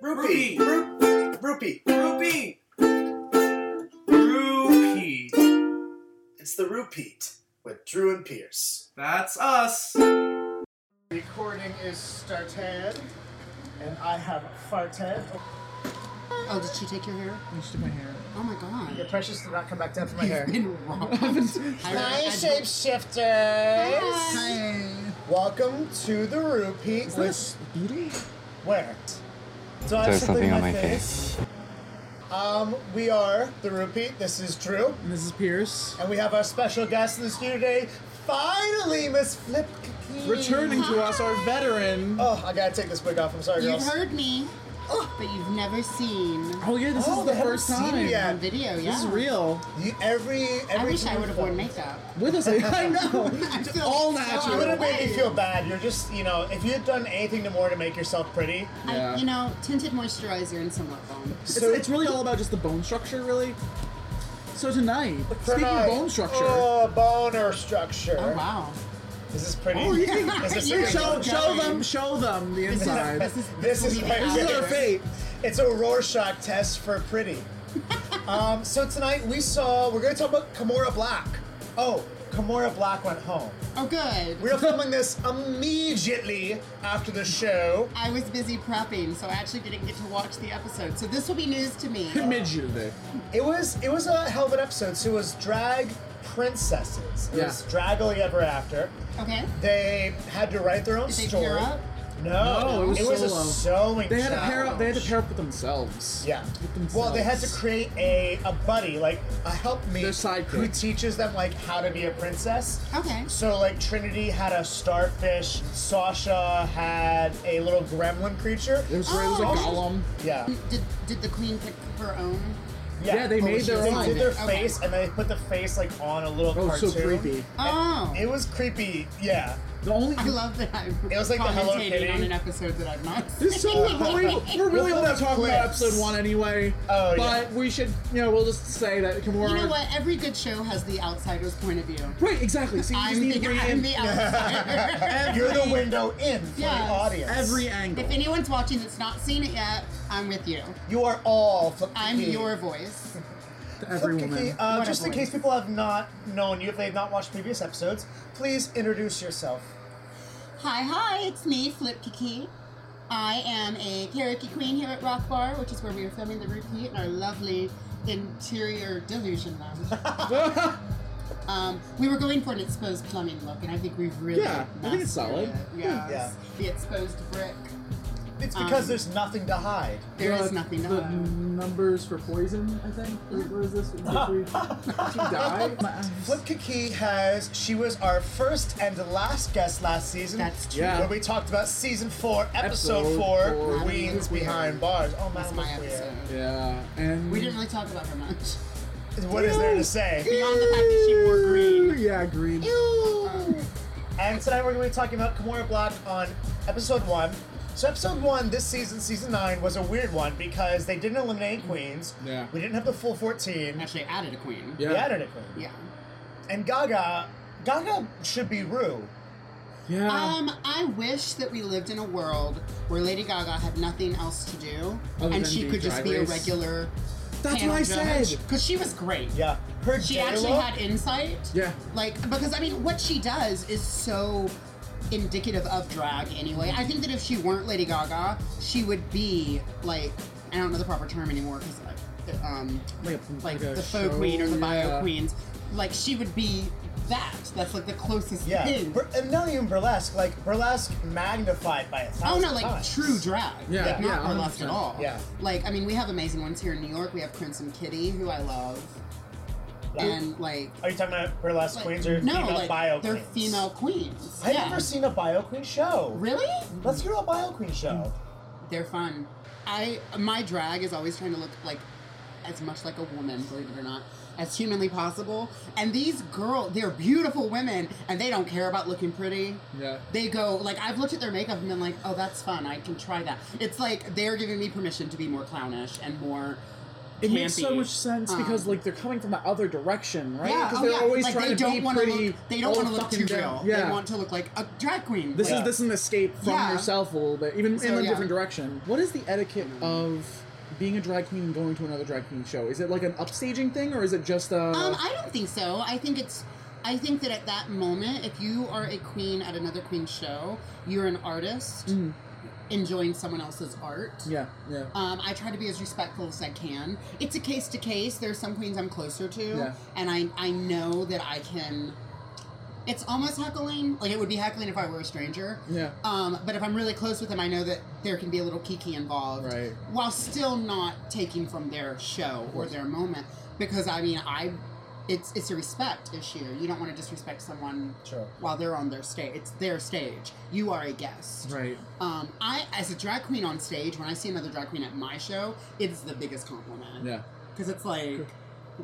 Rupee. Rupee. Ru- Rupee. Rupee. Rupee. It's the Repeat with Drew and Pierce. That's us. Recording is started, and I have farted. Oh, did she take your hair? I just took my hair. Oh my god. Your precious did not come back down for my hair. Been wrong. Hi, I- I- shapeshifters. Hi. Welcome to the Rupee. With Beauty? where? Do I There's something on my face. Um, we are the Rupee. This is Drew, Mrs. Pierce. and we have our special guest in the studio today. Finally, Miss Flip. Returning to us, our veteran. Oh, I gotta take this wig off. I'm sorry, You've girls. heard me, but you've never seen Oh yeah, this Oh, is the they haven't first seen it time. yet. on video, yeah. This is real. You, every every. I wish I time would have you worn film- makeup. With us, I know. I'm still All so natural. You would have made me away. feel bad. You're just, you know, if you had done anything to more to make yourself pretty. I, Yeah. you know, tinted moisturizer and some lip balm. It's, it's really all about just the bone structure, really. So tonight, speaking Tonight- of bone structure, Oh, boner structure. Oh wow. Is this pretty? Oh, yeah. Is this You pretty? show, Oh, show darling. them, show them the inside. This is, This is will be my out this is favorite. our there. fate. It's a Rorschach test for pretty. um, so tonight we saw, we're going to talk about Kimura Black. Oh, Kimura Black went home. Oh good. We are filming this immediately after the show. I was busy prepping, so I actually didn't get to watch the episode. So this will be news to me. Mid you today. It was it was a hell of an episode. So it was drag princesses. It Yeah. was Draggly Ever After. Okay. They had to write their own Did they story. pair up? No, No, Oh, it was Oh, a solo. sewing. They had to pair up. They had to challenge. pair up with themselves. Yeah. With themselves. Well, they had to create a, a buddy, like a helpmate Their sidekick. who teaches them like how to be a princess. Okay. So like Trinity had a starfish, Sasha had a little gremlin creature. It was, it was a Oh. golem. Yeah. Did, did the queen pick her own? Yeah, Yeah, they made their They own. did their Okay. face and they put the face like on a little Oh, cartoon. so creepy. Oh. It was creepy, yeah. The only I love that I'm It was like the Hello Kitty. commentating on an episode that I've not seen. This is so unbelievable. We're really We'll only have talking about clips. episode one anyway. Oh, yeah. But we should, you know, we'll just say that Kimura. You know what? Every good show has the outsider's point of view. Right, exactly. So you just I'm need to the, bring I'm in the outsider. You're the window in for Yes. the audience. every angle. if anyone's watching that's not seen it yet, I'm with you. you are all Flip the I'm Key. your voice. to every Kiki, woman. uh, just in Wonderful. case people have not known you, if they've not watched previous episodes, please introduce yourself. Hi, hi, it's me, Flip Kiki. I am a karaoke queen here at Rock Bar, which is where we are filming the repeat in our lovely interior delusion lounge. uh, um, we were going for an exposed plumbing look, and I think we've really Yeah, I think it's solid. mastered it. Yes. Yeah. The exposed brick. It's because Um, there's nothing to hide. There is Uh, nothing to The hide. numbers for poison, I think. What was this? Did we, did she die? Flip Kiki has, she was our first and last guest last season. That's true. Yeah. Where we talked about season four, episode, Episode four, four. Queens Madam Weird. Behind Bars. Oh, That's man, my episode. Yeah, and We didn't really talk about her much. What is there to say? Beyond the fact that she wore green. Yeah, green. And tonight we're going to be talking about Kimura Black on episode one. So episode one this season, season nine, was a weird one because they didn't eliminate queens. Yeah. We didn't have the full fourteen. Actually, added a queen. Yeah. We added a queen. Yeah. And Gaga, Gaga should be Rue. Yeah. Um, I wish that we lived in a world where Lady Gaga had nothing else to do Other and than she be could just Drag be a Race. regular. That's what I said. Because she was great. Yeah, her She J-Lo- actually had insight. Yeah. Like, because I mean, what she does is so indicative of drag anyway. I think that if she weren't Lady Gaga, she would be like, I don't know the proper term anymore because, like, um, Like, like a the faux show, queen or the bio yeah. queens, like she would be that. That's like the closest Yeah, thing. Bur- and not even burlesque, like burlesque magnified by a Oh thousand no, like times. true drag. Yeah, like, yeah, not burlesque at 100%. all. Yeah. Like I mean, we have amazing ones here in New York. We have Crimson Kitty, who I love, Like- and like, are you talking about burlesque like, queens or no, female like bio they're queens? female queens. I've yeah. never seen a bio queen show. Really? Let's go to a bio queen show. They're fun. I my drag is always trying to look like as much like a woman, believe it or not, as humanly possible. And these girls, they're beautiful women, and they don't care about looking pretty. Yeah. They go like I've looked at their makeup and been like, oh, that's fun. I can try that. It's like they're giving me permission to be more clownish and more It makes so campy. much sense because Um, like they're coming from the other direction, right? Yeah, Because oh, they're yeah. always like, trying they to don't be wanna pretty. Look, they don't old want to look too fucking down. real. Yeah. They want to look like a drag queen. This Like, is this is an escape from Yeah. yourself a little bit, even So, in a yeah. Hmm. different direction. What is the etiquette of being a drag queen and going to another drag queen show? Is it like an upstaging thing, or is it just a? Um, I don't think so. I think it's. I think that at that moment, if you are a queen at another queen show, you're an artist Mm, enjoying someone else's art. yeah, yeah. Um, I try to be as respectful as I can. It's a case to case. There's some queens I'm closer to, Yeah. and I I know that I can. It's almost heckling. Like it would be heckling if I were a stranger. Yeah. Um, but if I'm really close with them, I know that there can be a little kiki involved, Right. while still not taking from their show or their moment. Because I mean, I, it's it's a respect issue. You don't want to disrespect someone True. while they're on their stage. It's their stage. You are a guest. Right. Um, I, as a drag queen on stage, when I see another drag queen at my show, it's the biggest compliment. Yeah. Because it's like,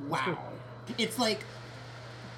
wow. It's like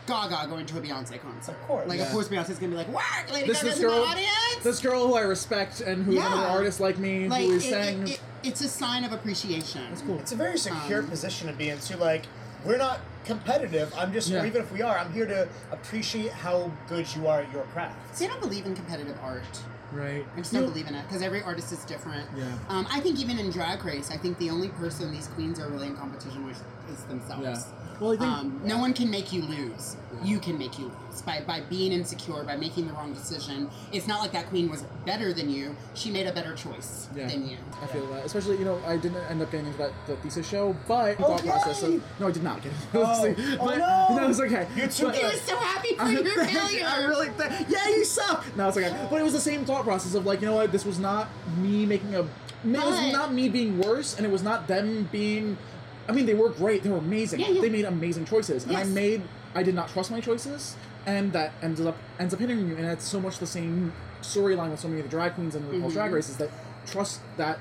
Gaga going to a Beyonce concert. Of course. Like, Yeah. of course, Beyonce's going to be like, whack, Lady This- Gaga's this in the girl- audience. This girl who I respect and who's another Yeah. artist like me like, who it, is saying it, it- it's a sign of appreciation. that's cool. It's a very secure Um, position to be in too. Like we're not competitive. I'm just, Yeah. or even if we are, I'm here to appreciate how good you are at your craft. See, I don't believe in competitive art. Right. I just don't believe in it because every artist is different. Yeah. Um, I think even in Drag Race, I think the only person these queens are really in competition with is themselves. Yeah. Well, I think Um, no one can make you lose. You can make you lose by, by being insecure, by making the wrong decision. It's not like that queen was better than you. She made a better choice Yeah. than you. I feel that, especially you know, I didn't end up getting into that the thesis show, but Oh, thought process. yay! Of, no, I did not get into Oh, it. oh, but no! it's okay. You're too But- He good. was so happy for your failure. I really th- yeah, you suck. No, it's okay. But it was the same thought process of like, you know what? This was not me making a. it was But- not me being worse, and it was not them being. I mean, they were great. They were amazing. Yeah, yeah. They made amazing choices, and I Yes. made. I did not trust my choices, and that ends up ends up hitting you. And it's so much the same storyline with so many of the drag queens and the Mhm. drag races that trust that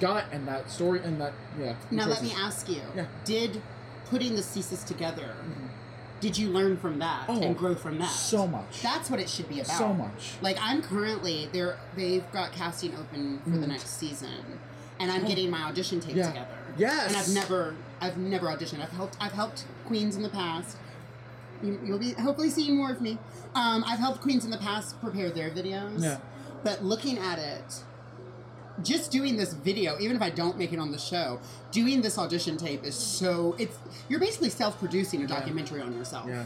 gut and that story and that yeah. now let choices. me ask you: Yeah. Did putting the thesis together? Did you learn from that Oh, and grow from that? so much. That's what it should be about. so much. Like I'm currently there. They've got casting open for the Mm. next season, and I'm Oh. getting my audition tape Yeah. together. Yes. And I've never, I've never auditioned. I've helped, I've helped queens in the past. You, you'll be hopefully seeing more of me. Um, I've helped queens in the past prepare their videos. Yeah. But looking at it, just doing this video, even if I don't make it on the show, doing this audition tape is so it's you're basically self-producing a documentary on yourself. Yeah.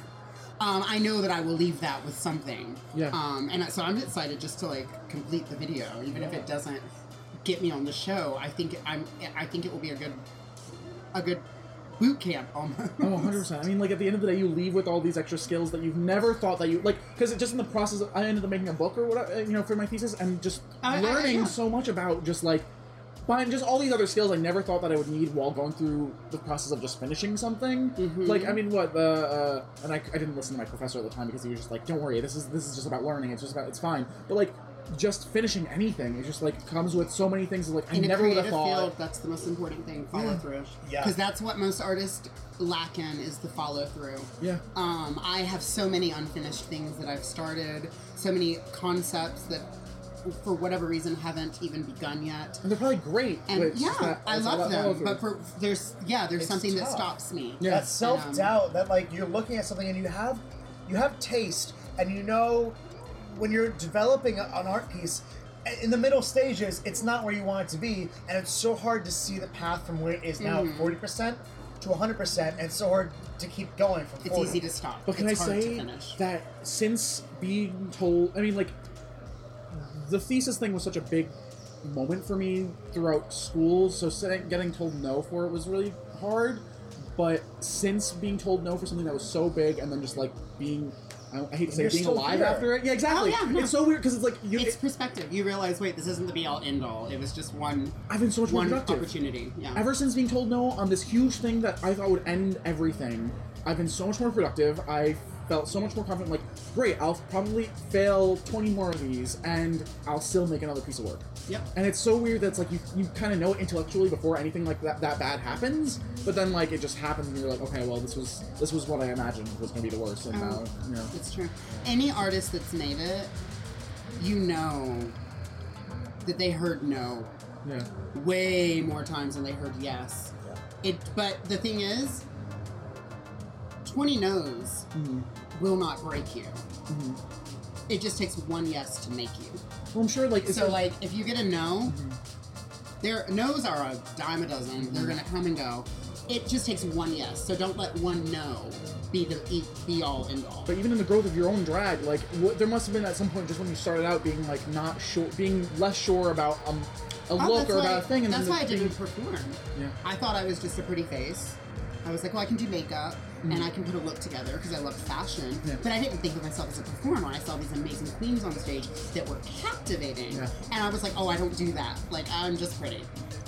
Um, I know that I will leave that with something. Yeah. Um, and so I'm excited just to like complete the video, even if it doesn't get me on the show. I think I'm. I think it will be a good, a good boot camp almost. Oh, 100%. I mean, like, at the end of the day, you leave with all these extra skills that you've never thought that you, like, because just in the process, of, I ended up making a book or whatever, you know, for my thesis, and just I- I- learning yeah. so much about just, like, find just all these other skills I never thought that I would need while going through the process of just finishing something. Mhm. Like, I mean, what, the, uh, and I, I didn't listen to my professor at the time because he was just like, don't worry, this is, this is just about learning, it's just about, it's fine. But, like, just finishing anything, it just, like, comes with so many things, like, I In a never would creative have thought. field, that's the most important thing. Follow through. Yeah. Because that's what most artists lack in is the follow through. Yeah. Um, I have so many unfinished things that I've started, so many concepts that, for whatever reason, haven't even begun yet. And they're probably great. And but it's yeah, just that- I it's all love that follow them, through. but for there's yeah, there's It's something that tough. stops me. Yeah. That self doubt that like you're looking at something and you have you have taste and you know when you're developing a, an art piece i- in the middle stages it's not where you want it to be and it's so hard to see the path from where it is now Mm-hmm. 40% to 100% and it's so hard to keep going from It's 40. easy to stop. But can it's I hard to say finish. that since being told, I mean, like, the thesis thing was such a big moment for me throughout school, so saying, getting told no for it was really hard. But since being told no for something that was so big, and then just like being, I, I hate to say, You're being still alive here. after it. Yeah, exactly. Oh, yeah, no. It's so weird because it's like you. it's it- perspective. You realize, wait, this isn't the be all end all. It was just one I've been so much more one productive. opportunity. Yeah. Ever since being told no on this huge thing that I thought would end everything, I've been so much more productive. I felt so much more confident. Like, great, I'll probably fail 20 more of these, and I'll still make another piece of work. Yep. And it's so weird that's like you, you kind of know it intellectually before anything like that, that bad happens, but then like it just happens, and you're like, okay, well this was this was what I imagined was gonna be the worst, and now Oh. you know. It's true. Any artist that's made it, you know that they heard no Yeah. way more times than they heard yes. It, but the thing is, twenty no's Mm-hmm. will not break you. It just takes one yes to make you. Well, I'm sure, like, it's so like if you get a no, Mm-hmm. their no's are a dime a dozen. They're gonna come and go. It just takes one yes. So don't let one no be the e- be all end all. But even in the growth of your own drag, like what, there must have been at some point just when you started out being like not sure, being less sure about um, a Oh, look that's or why- about a thing. And that's then why I the- didn't perform. Yeah. I thought I was just a pretty face. I was like, well, I can do makeup and I can put a look together because I love fashion. Mm. Yeah. But I didn't think of myself as a performer. I saw these amazing queens on stage that were captivating. Yeah. And I was like, oh, I don't do that. Like, I'm just pretty.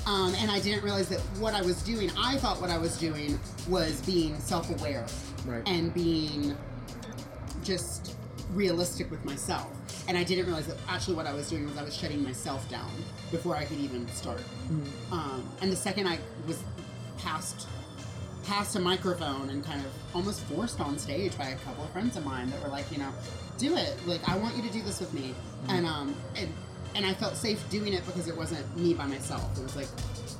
Um, and I didn't realize that what I was doing, I thought what I was doing was being self aware Right. and being just realistic with myself. And I didn't realize that actually what I was doing was I was shutting myself down before I could even start. Um, and the second I was past past a microphone and kind of almost forced on stage by a couple of friends of mine that were like, you know, do it. Like I want you to do this with me. And um and and I felt safe doing it because it wasn't me by myself. It was like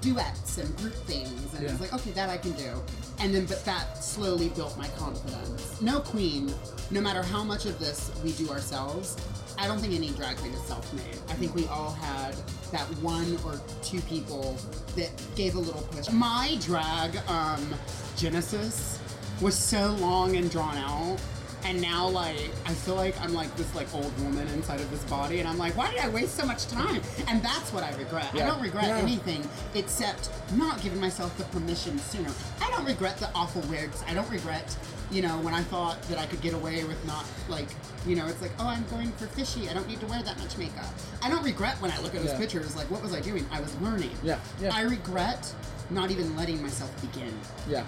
duets and group things and it was Yeah. like, okay, that I can do. And then but that slowly built my confidence. No queen, no matter how much of this we do ourselves, I don't think any drag queen is self-made. I think we all had that one or two people that gave a little push. My drag um, genesis was so long and drawn out, and now like I feel like I'm like this like old woman inside of this body, and I'm like, why did I waste so much time? And that's what I regret. I Yeah. don't regret Yeah. anything except not giving myself the permission sooner. I don't regret the awful wigs. I don't regret. You know, when I thought that I could get away with not like, you know, it's like, oh, I'm going for fishy. I don't need to wear that much makeup. I don't regret when I look at those Yeah. pictures. Like, what was I doing? I was learning. Yeah, yeah. I regret not even letting myself begin. yeah.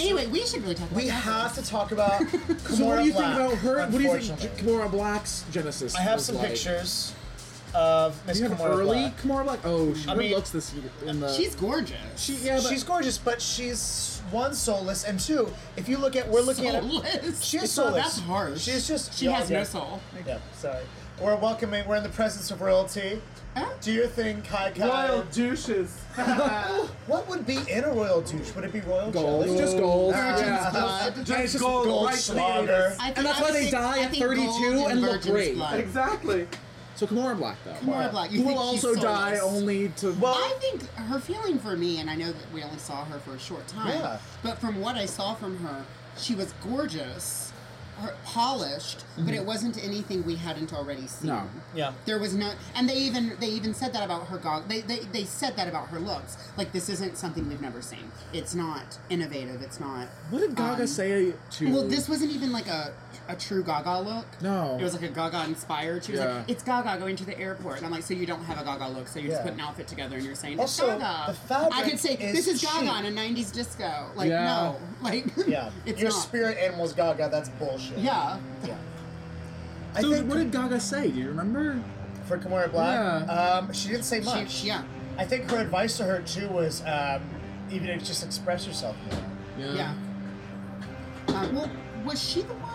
Anyway, we should really talk about We that. have to talk about Kimora So what do you Black, think about her? What do you think unfortunately. J- Kimora Black's Genesis? I have was some like? pictures of Miss You have Kimora early Black. Kimora Black. Oh, she I her mean- looks this in the. She's gorgeous. uh, she, yeah, but She's gorgeous, but she's one soulless, and two, if you look at, we're looking at. soulless. She is So soulless. That's harsh. She's just. She yeah, has yeah. no soul. Yeah, sorry. We're welcoming. We're in the presence of royalty. Huh? Do your thing, Kai Kai. douches. What would be in a royal douche? Would it be royal gold. jelly? It's just gold. Virgin's Yeah. blood. It's just Gold, gold. right Goldschlager. I think- And that's I why they think- die I at think 32 gold and look virgin's great. blood. Exactly. So Kimora Black though, More black. You who think will she's also die soulless. only to. Well, I think her feeling for me, and I know that we only saw her for a short time, Yeah. but from what I saw from her, she was gorgeous, her, polished, but it wasn't anything we hadn't already seen. Mm-hmm. No. yeah. There was no, and they even they even said that about her gog. They, they they said that about her looks. Like this isn't something we've never seen. It's not innovative. It's not. what did Gaga um, say to? Well, this wasn't even like a a true Gaga look. No. it was like a Gaga inspired. She was Yeah. like, "It's Gaga going to the airport," and I'm like, "So you don't have a Gaga look? So you just Yeah. put an outfit together and you're saying Also, it's Gaga?" the fabric I could say is this is Gaga cheap. in a '90s disco. Like Yeah. no, like Yeah. it's Your not. spirit animal's Gaga. That's bullshit. Yeah, Yeah. I So think what did Gaga say? Do you remember? for Kimura Black, Yeah. um, she didn't say much. she, yeah, I think her advice to her too was um, even to just express yourself. More. yeah. Uh, well, was she the one?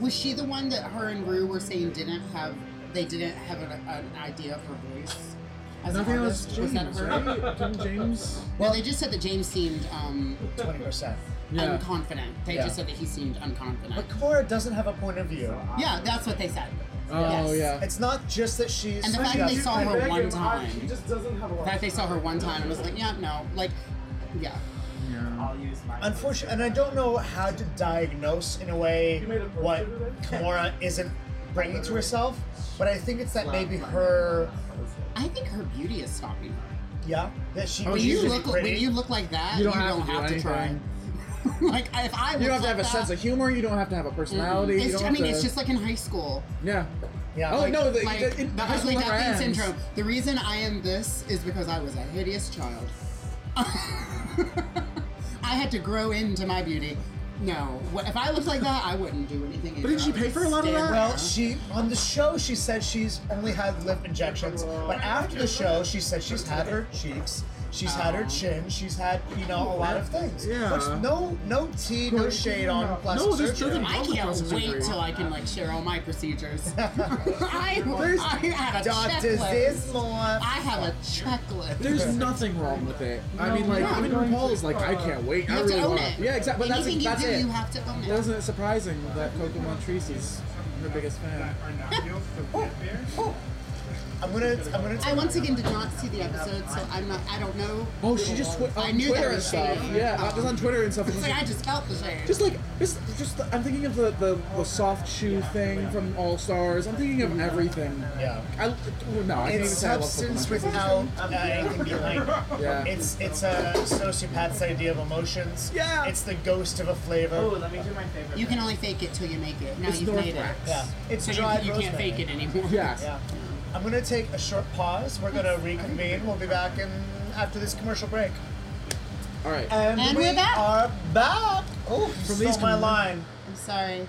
Was she the one that her and Rue were saying didn't have? They didn't have an, an idea of her voice. As I an think that was artist? James, was that her? right? King James. Well, they just said that James seemed um, Twenty percent. Yeah. unconfident. They Yeah. just said that he seemed unconfident. But Kimura doesn't have a point of view. Yeah, that's what they said. Oh Yes. yeah. It's not just that she's. And the fact that they saw her Megan, one I- time. She just doesn't have a In lot. fact, they saw her one time and was like, yeah, no, like, yeah. yeah. I'll use my. Unfortunately, and I don't know how to diagnose in a way You made a poster what today? Kimura isn't bringing to herself, but I think it's that maybe her, I think her beauty is stopping her. yeah, that she. Oh, When she's you really look, pretty. when you look like that, You don't have to do to, try. anything. like, if I You don't have looked to have a like sense that- of humor. You don't have to have a personality. you It's, don't I have mean, to, it's just like in high school. yeah. yeah, Oh like, no, the, Like, it- it- the high school ugly never duckling ends. syndrome. The reason I am this is because I was a hideous child. I had to grow into my beauty. No, wh- if I looked like that, I wouldn't do anything. either. didn't she I would pay for a lot of stay that? where I Well, am. she on the show she said she's only had lip injections, but after the show she said she's had her cheeks, She's had her Oh. chin. She's had you know a lot of things. Yeah. Which no no tea, no shade on plastic No, there's surgery. nothing- I can't Process wait surgery. till I can like share all my procedures. I, I have a Doctors checklist. this more. I have a checklist. There's nothing wrong with it. I mean, like, No, even no. RuPaul's like, I can't wait. you I have really to own want it. to. Yeah, exactly. But that's, Anything that's you do, it. you have to own it. Wasn't it surprising that Coco Montrese is her biggest fan? Oh, I'm gonna I'm gonna. I once again did not see the episode, so I'm not. I don't know. Oh, she just twi- I on knew Twitter that and was stuff. shady. Yeah, uh, just on Twitter and stuff. it was It's like like- I just felt the shame. Just like just, just the, I'm thinking of the, the, the soft shoe thing from All Stars. I'm thinking of everything. Yeah. I well, no, I can't even It's say I love substance Pokemon. without uh, anything behind it. Yeah. It's it's a sociopath's idea of emotions. Yeah. It's the ghost of a flavor. Oh, let me do my favorite. you can only fake it till you make it. Now It's you've made it. Northrax. yeah. It's So you, dried you can't rosemary. fake it anymore. Yes. Yeah. I'm gonna take a short pause. We're gonna reconvene. We'll be back in after this commercial break. All right. And, And we we're back. are back. Oh, you From stole these my com- line. I'm sorry,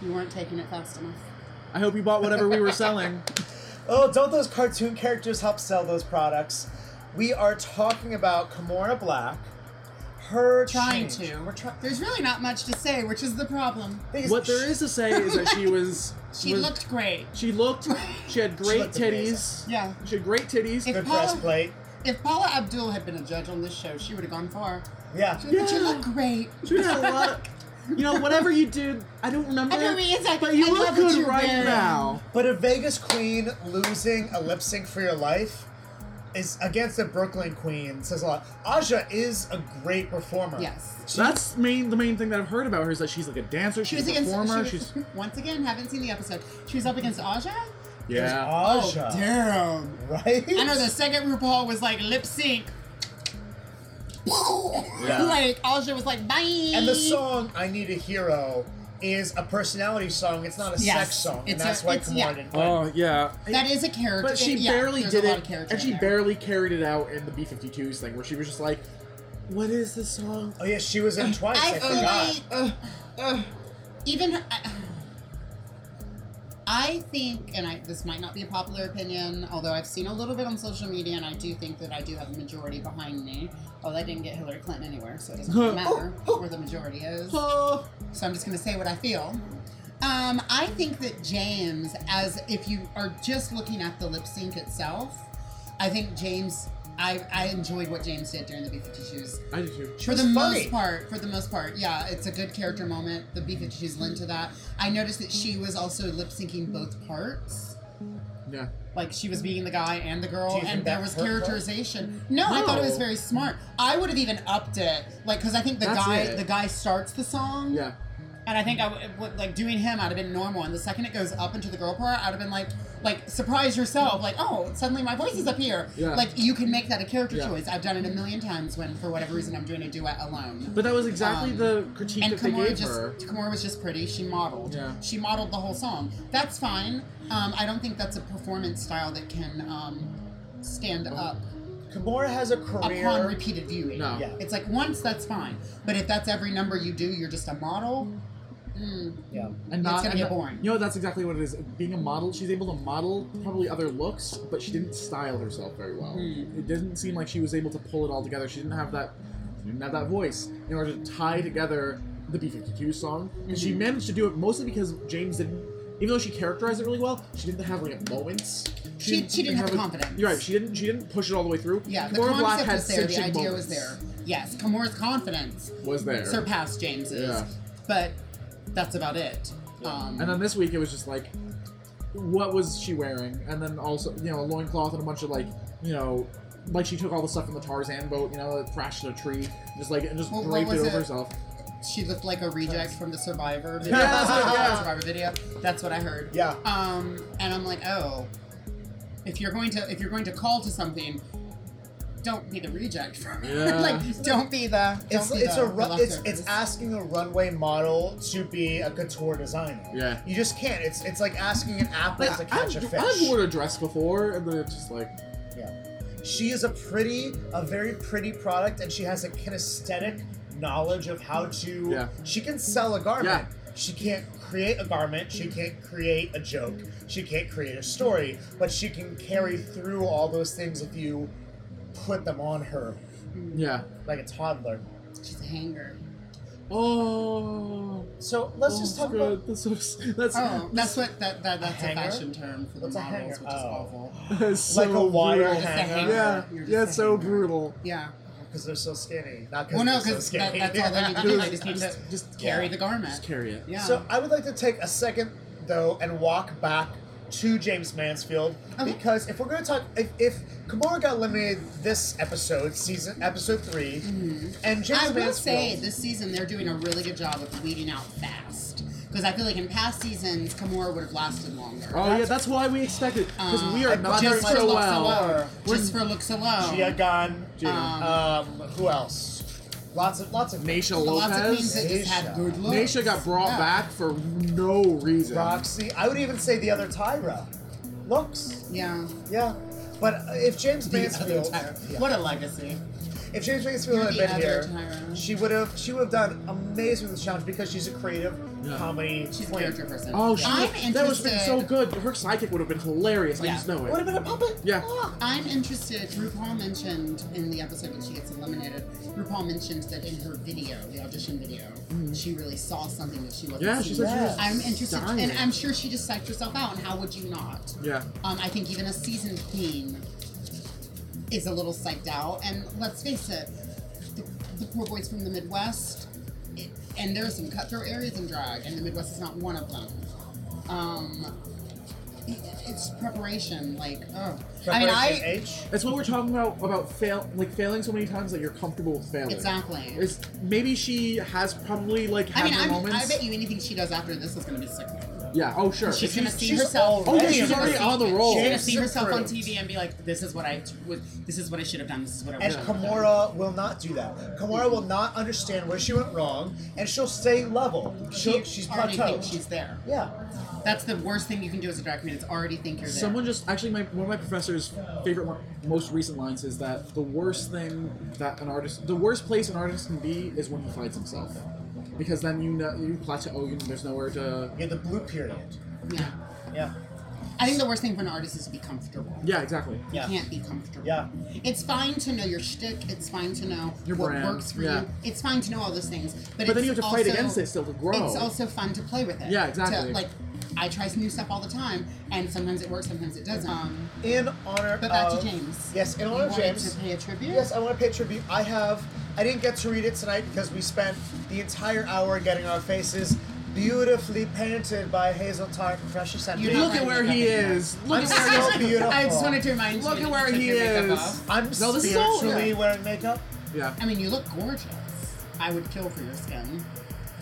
you weren't taking it fast enough. I hope you bought whatever we were selling. Oh, don't those cartoon characters help sell those products? We are talking about Kimora Black. Her Trying change. to. We're trying. There's really not much to say, which is the problem. what there is to say is that she was. She was- looked great. She looked. She had great looked titties. amazing. Yeah. She had great titties. If Good Paula- breastplate. If Paula Abdul had been a judge on this show, she would have gone far. Yeah. She, yeah. she Yeah. looked great. She had a lot. you know, whatever you do, I don't remember. I know it is, I- but you I look love what good you're right wearing. now. But a Vegas queen losing a lip sync for your life is against a Brooklyn queen says a lot. Aja is a great performer. Yes. That's main the main thing that I've heard about her is that she's like a dancer, She she's was a against. performer, she she's was, once again, haven't seen the episode. She was up against Aja. yeah. Oh, Aja. damn. Right? I know the second RuPaul was like lip sync. Yeah. like Aja was like bye. And the song I Need a Hero is a personality song. It's not a Yes. sex song. and It's that's a- why it's- Kamora yeah. didn't win. Oh yeah. That is a character. But she yeah, barely there's did a lot of it, character and in she there. barely carried it out in the B52s thing, where she was just like, "What is this song?" Oh yeah, she was in twice. I, I forgot. only, uh, even her- I, I think, and I, this might not be a popular opinion, although I've seen a little bit on social media, and I do think that I do have a majority behind me. Although I didn't get Hillary Clinton anywhere, so it doesn't really matter where the majority is. Oh, So I'm just going to say what I feel. Um, I think that James, as if you are just looking at the lip sync itself, I think James. I, I enjoyed what James did during the B52s I did too. for was funny. the most part, for the most part, yeah, it's a good character moment. The beef that she's lent to that. I noticed that she was also lip syncing both parts. Yeah. Like she was being the guy and the Do girl, you think and there that was hurt her? characterization. No, I thought it was No. very smart. I would have even upped it, like because I think the That's guy, it. the guy starts the song, Yeah. and I think I would- would like doing him. I'd have been normal, and the second it goes up into the girl part, I'd have been like, like surprise yourself, like oh, suddenly my voice is up here. Yeah. Like you can make that a character Yeah. choice. I've done it a million times when, for whatever reason, I'm doing a duet alone. But that was exactly Um, the critique And that they Kimura gave just her. Kimura was just pretty. She modeled. Yeah. She modeled the whole song. That's fine. Um, I don't think that's a performance style that can um, stand Oh. up Kimura has a upon career. repeated viewing. No. Yeah. It's like once that's fine, but if that's every number you do, you're just a model. Mm, Yeah. And not, It's gonna and be not- boring. You know, that's exactly what it is. Being a model, she's able to model probably other looks, but she didn't style herself very well. Mm. It didn't seem like she was able to pull it all together. She didn't have that, she didn't have that voice in order to tie together the B52 song. And she Mhm. managed to do it mostly because James didn't. Even though she characterized it really well, she didn't have like moments. She- she didn't have the a- confidence. You're right. She didn't. She didn't push it all the way through. yeah. The Kimura Black concept had was there. The cinching idea was moments. there. Yes. Kimura's confidence Was there. surpassed James's, Yeah. but that's about it. Um, And then this week it was just like, what was she wearing? And then also, you know, a loincloth and a bunch of like, you know, like she took all the stuff from the Tarzan boat, you know, it crashed in a tree, just like, and just Well, what draped it was over it? herself. she looked like a reject from the Survivor video. Yeah, that's what- yeah. Survivor video. That's what I heard. Yeah. Um, and I'm like, oh, if you're going to if you're going to call to something, don't be the reject from it. Yeah. like, don't be the. Don't It's be it's the, a the ru- it's leftovers. it's asking a runway model to be a couture designer. Yeah. You just can't. It's it's like asking an apple Like, to catch I've, a fish. I've worn a dress before, and then it's just like, Yeah. She is a pretty, a very pretty product, and she has a kinesthetic knowledge of how to. Yeah. She can sell a garment. Yeah. She can't create a garment. She can't create a joke. She can't create a story, but she can carry through all those things if you put them on her Yeah. like a toddler. She's a hanger. Oh. So let's oh, just talk good. about That's, so- that's, Oh, that's what that, that that's a, hanger? fashion term for the What's a models, hanger? which is Oh. awful. that's so like a wire brutal. Just a hanger. hanger. Yeah. You're just Yeah. a It's so hanger. brutal. Mm-hmm. Yeah. because they're so skinny. Not because Well, no, they're so because that, skinny. that's all they need to do. They just need to Just carry the Just garment. carry it. Yeah. So I would like to take a second though and walk back to James Mansfield Okay. because if we're going to talk, if, if Kamara got eliminated this episode, season episode 3 and James Mm-hmm. I will Mansfield, say this season they're doing a really good job of weeding out fast. Because I feel like in past seasons, Kimura would have lasted longer. Oh yeah, that's why we expected because we are Um, not doing just for so looks well. alone. We're- Just for looks alone. Gia Gunn, Gia. um, who else? Lots of lots of Naisha Lots of queens Lopez. that just had Naysha. good looks. Naisha got brought Yeah. back for no reason. Roxy. I would even say the other Tyra. Looks, Yeah. yeah. But uh, if James The other Mansfield, Tyra. Yeah. What a legacy. if James Mansfield had You're the been other here, Tyra. she would have she would have done amazing with this challenge because she's a creative Yeah. comedy. She's a queen. character person. Oh, she, I'm that would have been so interested- good. Her sidekick would have been hilarious. I Yeah. just know it. Would have been a puppet. Yeah. Oh, I'm interested. RuPaul mentioned in the episode when she gets eliminated. RuPaul mentioned that in her video, the audition video, she really saw something that she wasn't Mm. Yeah, seeing. she said she was I'm interested, dying. and I'm sure she just psyched herself out. And how would you not? Yeah. Um, I think even a seasoned queen is a little psyched out. And let's face it, the, the poor boys from the Midwest, it, and there are some cutthroat areas in drag, and the Midwest is not one of them. Um, it, it's preparation, like, oh. I mean, Preparation I. H. That's what we're talking about about fail like failing so many times that you're comfortable with failing. Exactly. It's, maybe she has probably like I had mean, her I'm, moments. I bet you anything she does after this is going to be sickening. Yeah. Oh sure. She's gonna see she's herself. already- Oh, yeah, she's gonna already see- on the roll. She's gonna She's see herself on approved. TV and be like, "This is what I was. This is what I should have done. This is what I And wish." I would've done." Kimura will not do that. Kimura will not understand where she went wrong, and she'll stay level. She'll, She she's already plateaued. thinks she's there. yeah. That's the worst thing you can do as a drag queen is already think you're there. Someone just actually, my one of my professor's favorite, one, most recent lines is that the worst thing that an artist, the worst place an artist can be is when he finds himself, because then you know you plateau. You, there's nowhere to. Yeah, the blue period. yeah. Yeah. I think the worst thing for an artist is to be comfortable. Yeah, exactly. Yeah. You can't be comfortable. Yeah. It's fine to know your shtick. It's fine to know Your what brand, works for yeah. you. It's fine to know all those things. But, But then it's you have to fight also- against it still to grow. It's also fun to play with it. Yeah, To, exactly. like, I try some new stuff all the time, and sometimes it works, sometimes it doesn't. Um, In honor but back of to James. Yes, in You honor of wanted James. to pay a tribute. Yes, I want to pay tribute. I have. I didn't get to read it tonight because we spent the entire hour getting our faces beautifully painted by Hazel Tarr from Fresh Ascent. You're not Look at right, where makeup he anymore. is. Look I'm at where he so is. beautiful. I just wanted to remind you. Look that at you where took he your makeup is. off. I'm No, this is so- spiritually wearing makeup. Yeah. I mean, you look gorgeous. I would kill for your skin.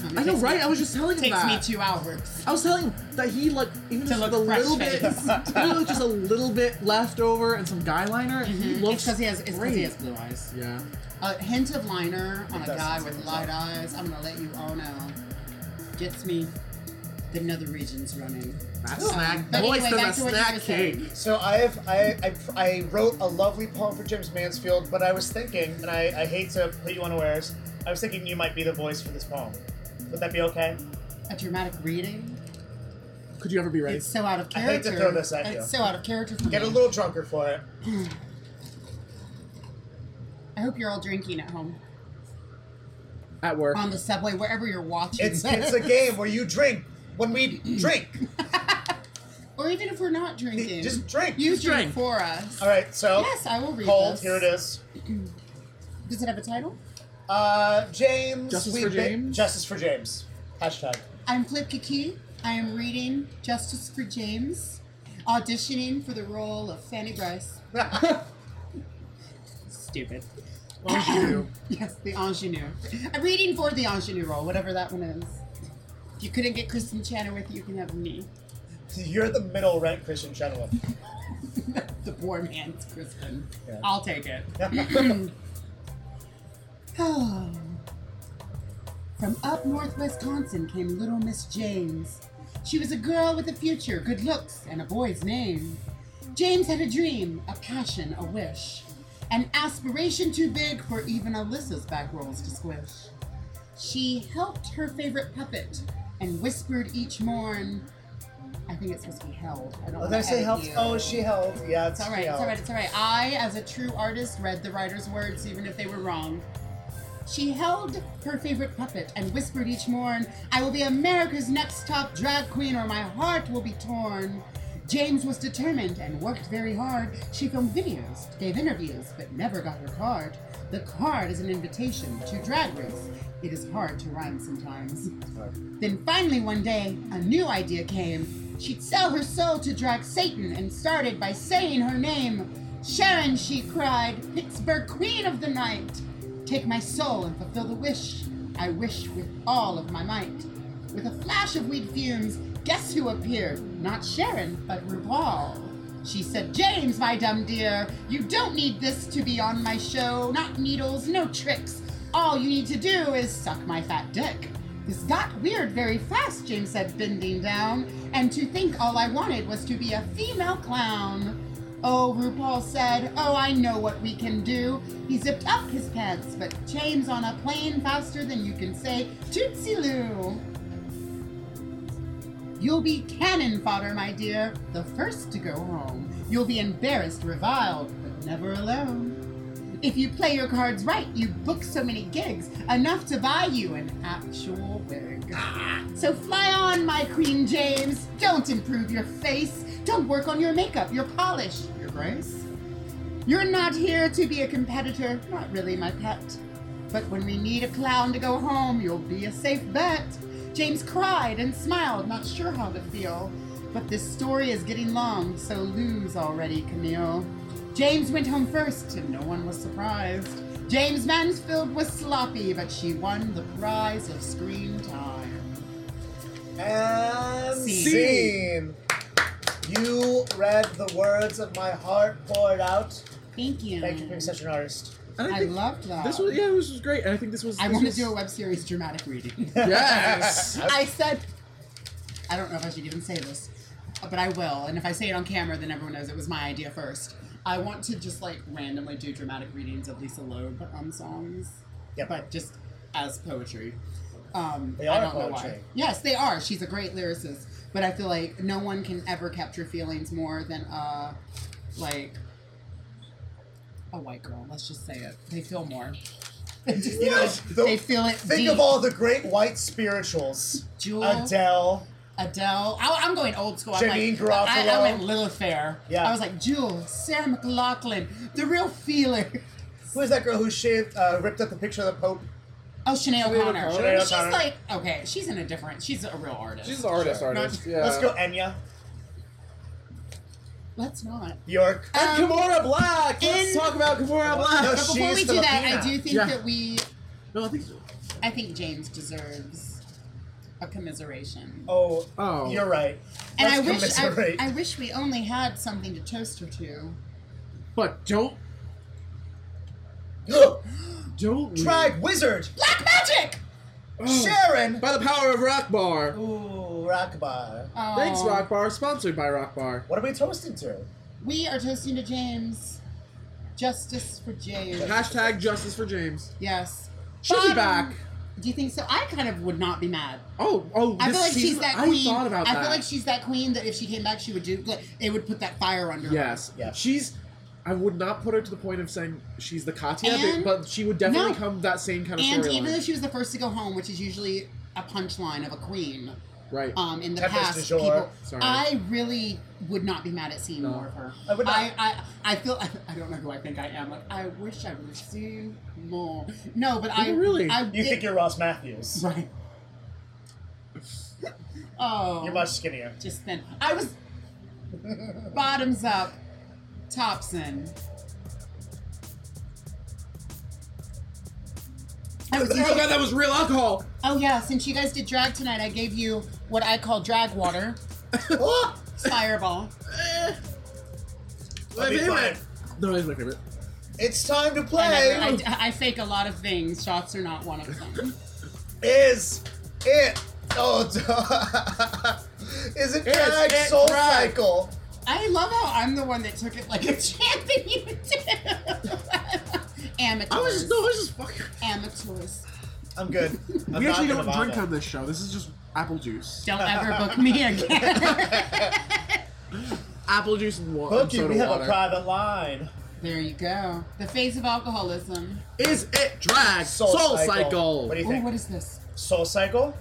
Um, it I know, takes right? me- I was just telling him takes that. me two hours. I was telling him that he like even To just look a little bit, fresh-faced. even though just a little bit left over and some guy liner. He Mhm. looks It's 'cause he has. It's because he great. has blue eyes. Yeah. A hint of liner on a does guy sound with like light that. eyes. I'm gonna let you all know. Gets me. The nether regions running. That Um, snack. but Boy, anyway, to back the to what you were snack saying. cake. So I have I, I I wrote a lovely poem for James Mansfield, but I was thinking, and I, I hate to put you unawares, I was thinking you might be the voice for this poem. Would that be okay? A dramatic reading. Could you ever be ready? It's so out of I character. hate to throw this at you. It's so out of character for Get a me. little drunker for it. I hope you're all drinking at home, At work. on the subway, wherever you're watching. It's it's a game where you drink when we drink. or even if we're not drinking, Just drink. you Just drink drink. for us. All right. So Yes, I will read Oh, cold. this. Here it is. Does it have a title? Uh, James. Justice we for ba- James? Justice for James. Hashtag. I'm Flip Kiki. I am reading Justice for James, auditioning for the role of Fanny Bryce. Stupid. Ingenue. Yes, the ingenue. I'm reading for the ingenue role, whatever that one is. If you couldn't get Kristen Chenoweth, you can have me. You're the middle rank Christian Chenoweth. the poor man's Kristen. Yeah. I'll take it. From up north Wisconsin came little Miss James. She was a girl with a future, good looks, and a boy's name. James had a dream, a passion, a wish, an aspiration too big for even Alyssa's back rolls to squish. She helped her favorite puppet and whispered each morn, I think it's supposed to be held. I don't Oh, wanna did I say edit helped? you. Oh, she held. Yeah, it's It's all right. She It's held. all right. It's all right. I, as a true artist, read the writer's words, even if they were wrong. She held her favorite puppet and whispered each morn, "I will be America's next top drag queen, or my heart will be torn." James was determined and worked very hard. She filmed videos, gave interviews, but never got her card. The card is an invitation to Drag Race. It is hard to rhyme sometimes. Then finally, one day, a new idea came. She'd sell her soul to drag Satan and started by saying her name. Sharon, she cried, Pittsburgh Queen of the Night. Take my soul and fulfill the wish I wish with all of my might. With a flash of weak fumes, guess who appeared? Not Sharon, but RuPaul. She said, James, my dumb dear, you don't need this to be on my show. Not needles, no tricks. All you need to do is suck my fat dick. This got weird very fast, James said, bending down. And to think all I wanted was to be a female clown. Oh, RuPaul said, Oh, I know what we can do. He zipped up his pants, but James on a plane faster than you can say, Tootsie Loo. You'll be cannon fodder, my dear, the first to go home. You'll be embarrassed, reviled, but never alone. If you play your cards right, you book so many gigs, enough to buy you an actual wig. So fly on, my Queen James. Don't improve your face. Don't work on your makeup, your polish, your grace. You're not here to be a competitor, not really, my pet. But when we need a clown to go home, you'll be a safe bet. James cried and smiled, not sure how to feel. But this story is getting long, so lose already, Camille. James went home first, and no one was surprised. James Mansfield was sloppy, but she won the prize of screen time. And scene. Scene. You read the words of my heart poured out. Thank you. Thank you for being such an artist. And I think loved that. this was yeah, this was great. And I think this was. I this want to was- do a web series dramatic reading. Yes. I said, I don't know if I should even say this, but I will. And if I say it on camera, then everyone knows it was my idea first. I want to just like randomly do dramatic readings of Lisa Loeb um, songs, Yep. but just as poetry. Um, They I are don't know why. poetry. Yes, they are. She's a great lyricist, but I feel like no one can ever capture feelings more than uh, like a white girl. Let's just say it. They feel more. You know, the- they feel it. think deep. of all the great white spirituals. Jewel. Adele. Adele. I, I'm going old school. Janine I'm like, I, I Garofalo. went Lilith Fair. Yeah. I was like Jewel, Sarah McLaughlin, the real feeler. Who is that girl who shaved, uh, ripped up the picture of the Pope? Oh, Sinead O'Connor. O'Connor. Sinead She's O'Connor. like okay, she's in a different. She's a real artist. She's an artist, Sure. artist. yeah. Let's go, Enya. Let's not. York. And Um, Kimora Black. Let's in- talk about Kimora Black. No, but before we she's do that, I Filipina. do think Yeah. that we. No, I think. I think James deserves a commiseration. Oh, Oh. you're right. and I Let's wish I, commiserate. I wish we only had something to toast her to. But don't don't we- Drag wizard Black magic. Oh. Sharon. by the power of Rock Bar. Ooh, Rockbar. Oh. Thanks, Rock Bar. Sponsored by Rock Bar. What are we toasting to? We are toasting to James. Justice for James. Hashtag justice for James. Yes. She'll Bottom. be back. Do you think so? I kind of would not be mad. Oh, oh. I this feel like she's season- that I queen. thought about I that. feel like she's that queen that if she came back, she would do. Like, it would put that fire under. her. Yes. Yeah. She's. I would not put her to the point of saying she's the Katya, And- but, but she would definitely No. come that same kind of And even though storyline. she was the first to go home, which is usually a punchline of a queen, Right. um, in the Tempest past, du jour. people, Sorry. I really would not be mad at seeing No. more of her. I would not. I, I, I feel. I don't know who I think I am. Like, I wish I would have seen more. No, but I Yeah, really. I, You it- think you're Ross Matthews? right. oh, You're much skinnier. just then. I was bottoms up, Thompson. I was oh god, that was real alcohol. oh yeah, since you guys did drag tonight, I gave you what I call drag water, Oh, fireball. My Let me favorite. find- No, it's my favorite. It's time to play. I, never- I, I fake a lot of things. Shots are not one of them. Is it? Oh, is it drag it soul drag? cycle? I love how I'm the one that took it like a champion. You did. Amateurs. I was just no, I was just fucking. Amateurs. I'm good. I'm we not actually gonna don't drink vomit. on this show. This is just apple juice. Don't ever book me again. Apple juice and wa- Book you, soda we have water. a private line. there you go. The phase of alcoholism. Is it drag? Soul, cycle. What do Ooh, you think? what is this? Soul Cycle?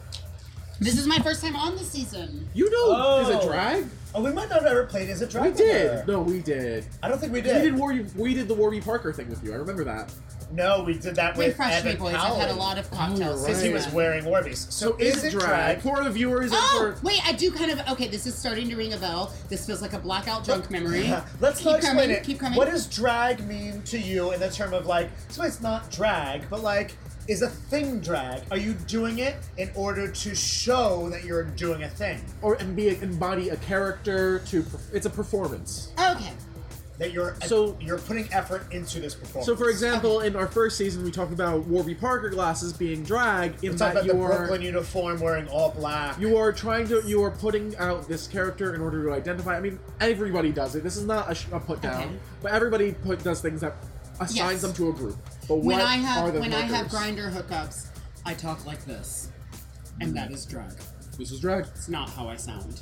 This is my first time on this season. You know, is it Oh. drag? Oh, we might not have ever played Is It Dragon? We did. No, we did. I don't think we We did. did Warby, we did the Warby Parker thing with you. I remember that. no, we did that with Refresh me, Evan boys. I've had a lot of cocktails. right. Because since he was then. wearing Warbies. So, is, it drag? For the viewers Oh, and for wait, I do kind of. Okay, this is starting to ring a bell. This feels like a blackout drunk memory. Let's keep not explain coming, it. Keep coming. What does drag mean to you in the term of like? So it's not drag, but like, is a thing drag? Are you doing it in order to show that you're doing a thing, or and be embody a character to. perf- It's a performance. Okay. that you're uh, So- you're putting effort into this performance? So, for example, in our first season, we talked about Warby Parker glasses being drag in we talk that about the you are Brooklyn uniform wearing all black. you are trying to you are putting out this character in order to identify. I mean, everybody does it. This is not a, sh- a put down, Okay. but everybody put does things that assigns Yes. them to a group. But When what I are have the when I have markers? grinder hookups, I talk like this, and that is drug. This is drag It's not how I sound.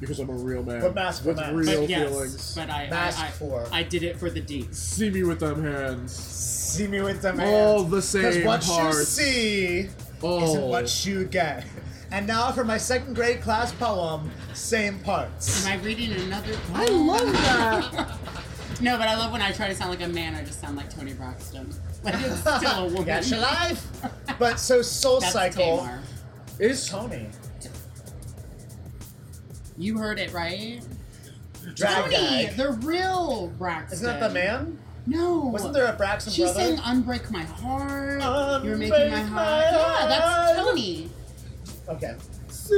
because I'm a real man But mask for with mask. real but yes, feelings. but I Mask I, I, for- I did it for the deets. See me with them hands. see me with them All hands. the same what you parts. see isn't Oh. what you get. And now for my second grade class poem, same parts. Am I reading another? I love that. No, but I love when I try to sound like a man. I just sound like Tony Braxton. Like it's still a woman. That's your life. But so Soul That's Cycle. Tamar. Is Tony. You heard it right. Drag Tony, guy. the real Braxton. Isn't that the man? No. Wasn't there a Braxton She brother? sang "Unbreak My Heart." You're making Unbreak my heart. my Yeah, heart. that's Tony. Okay.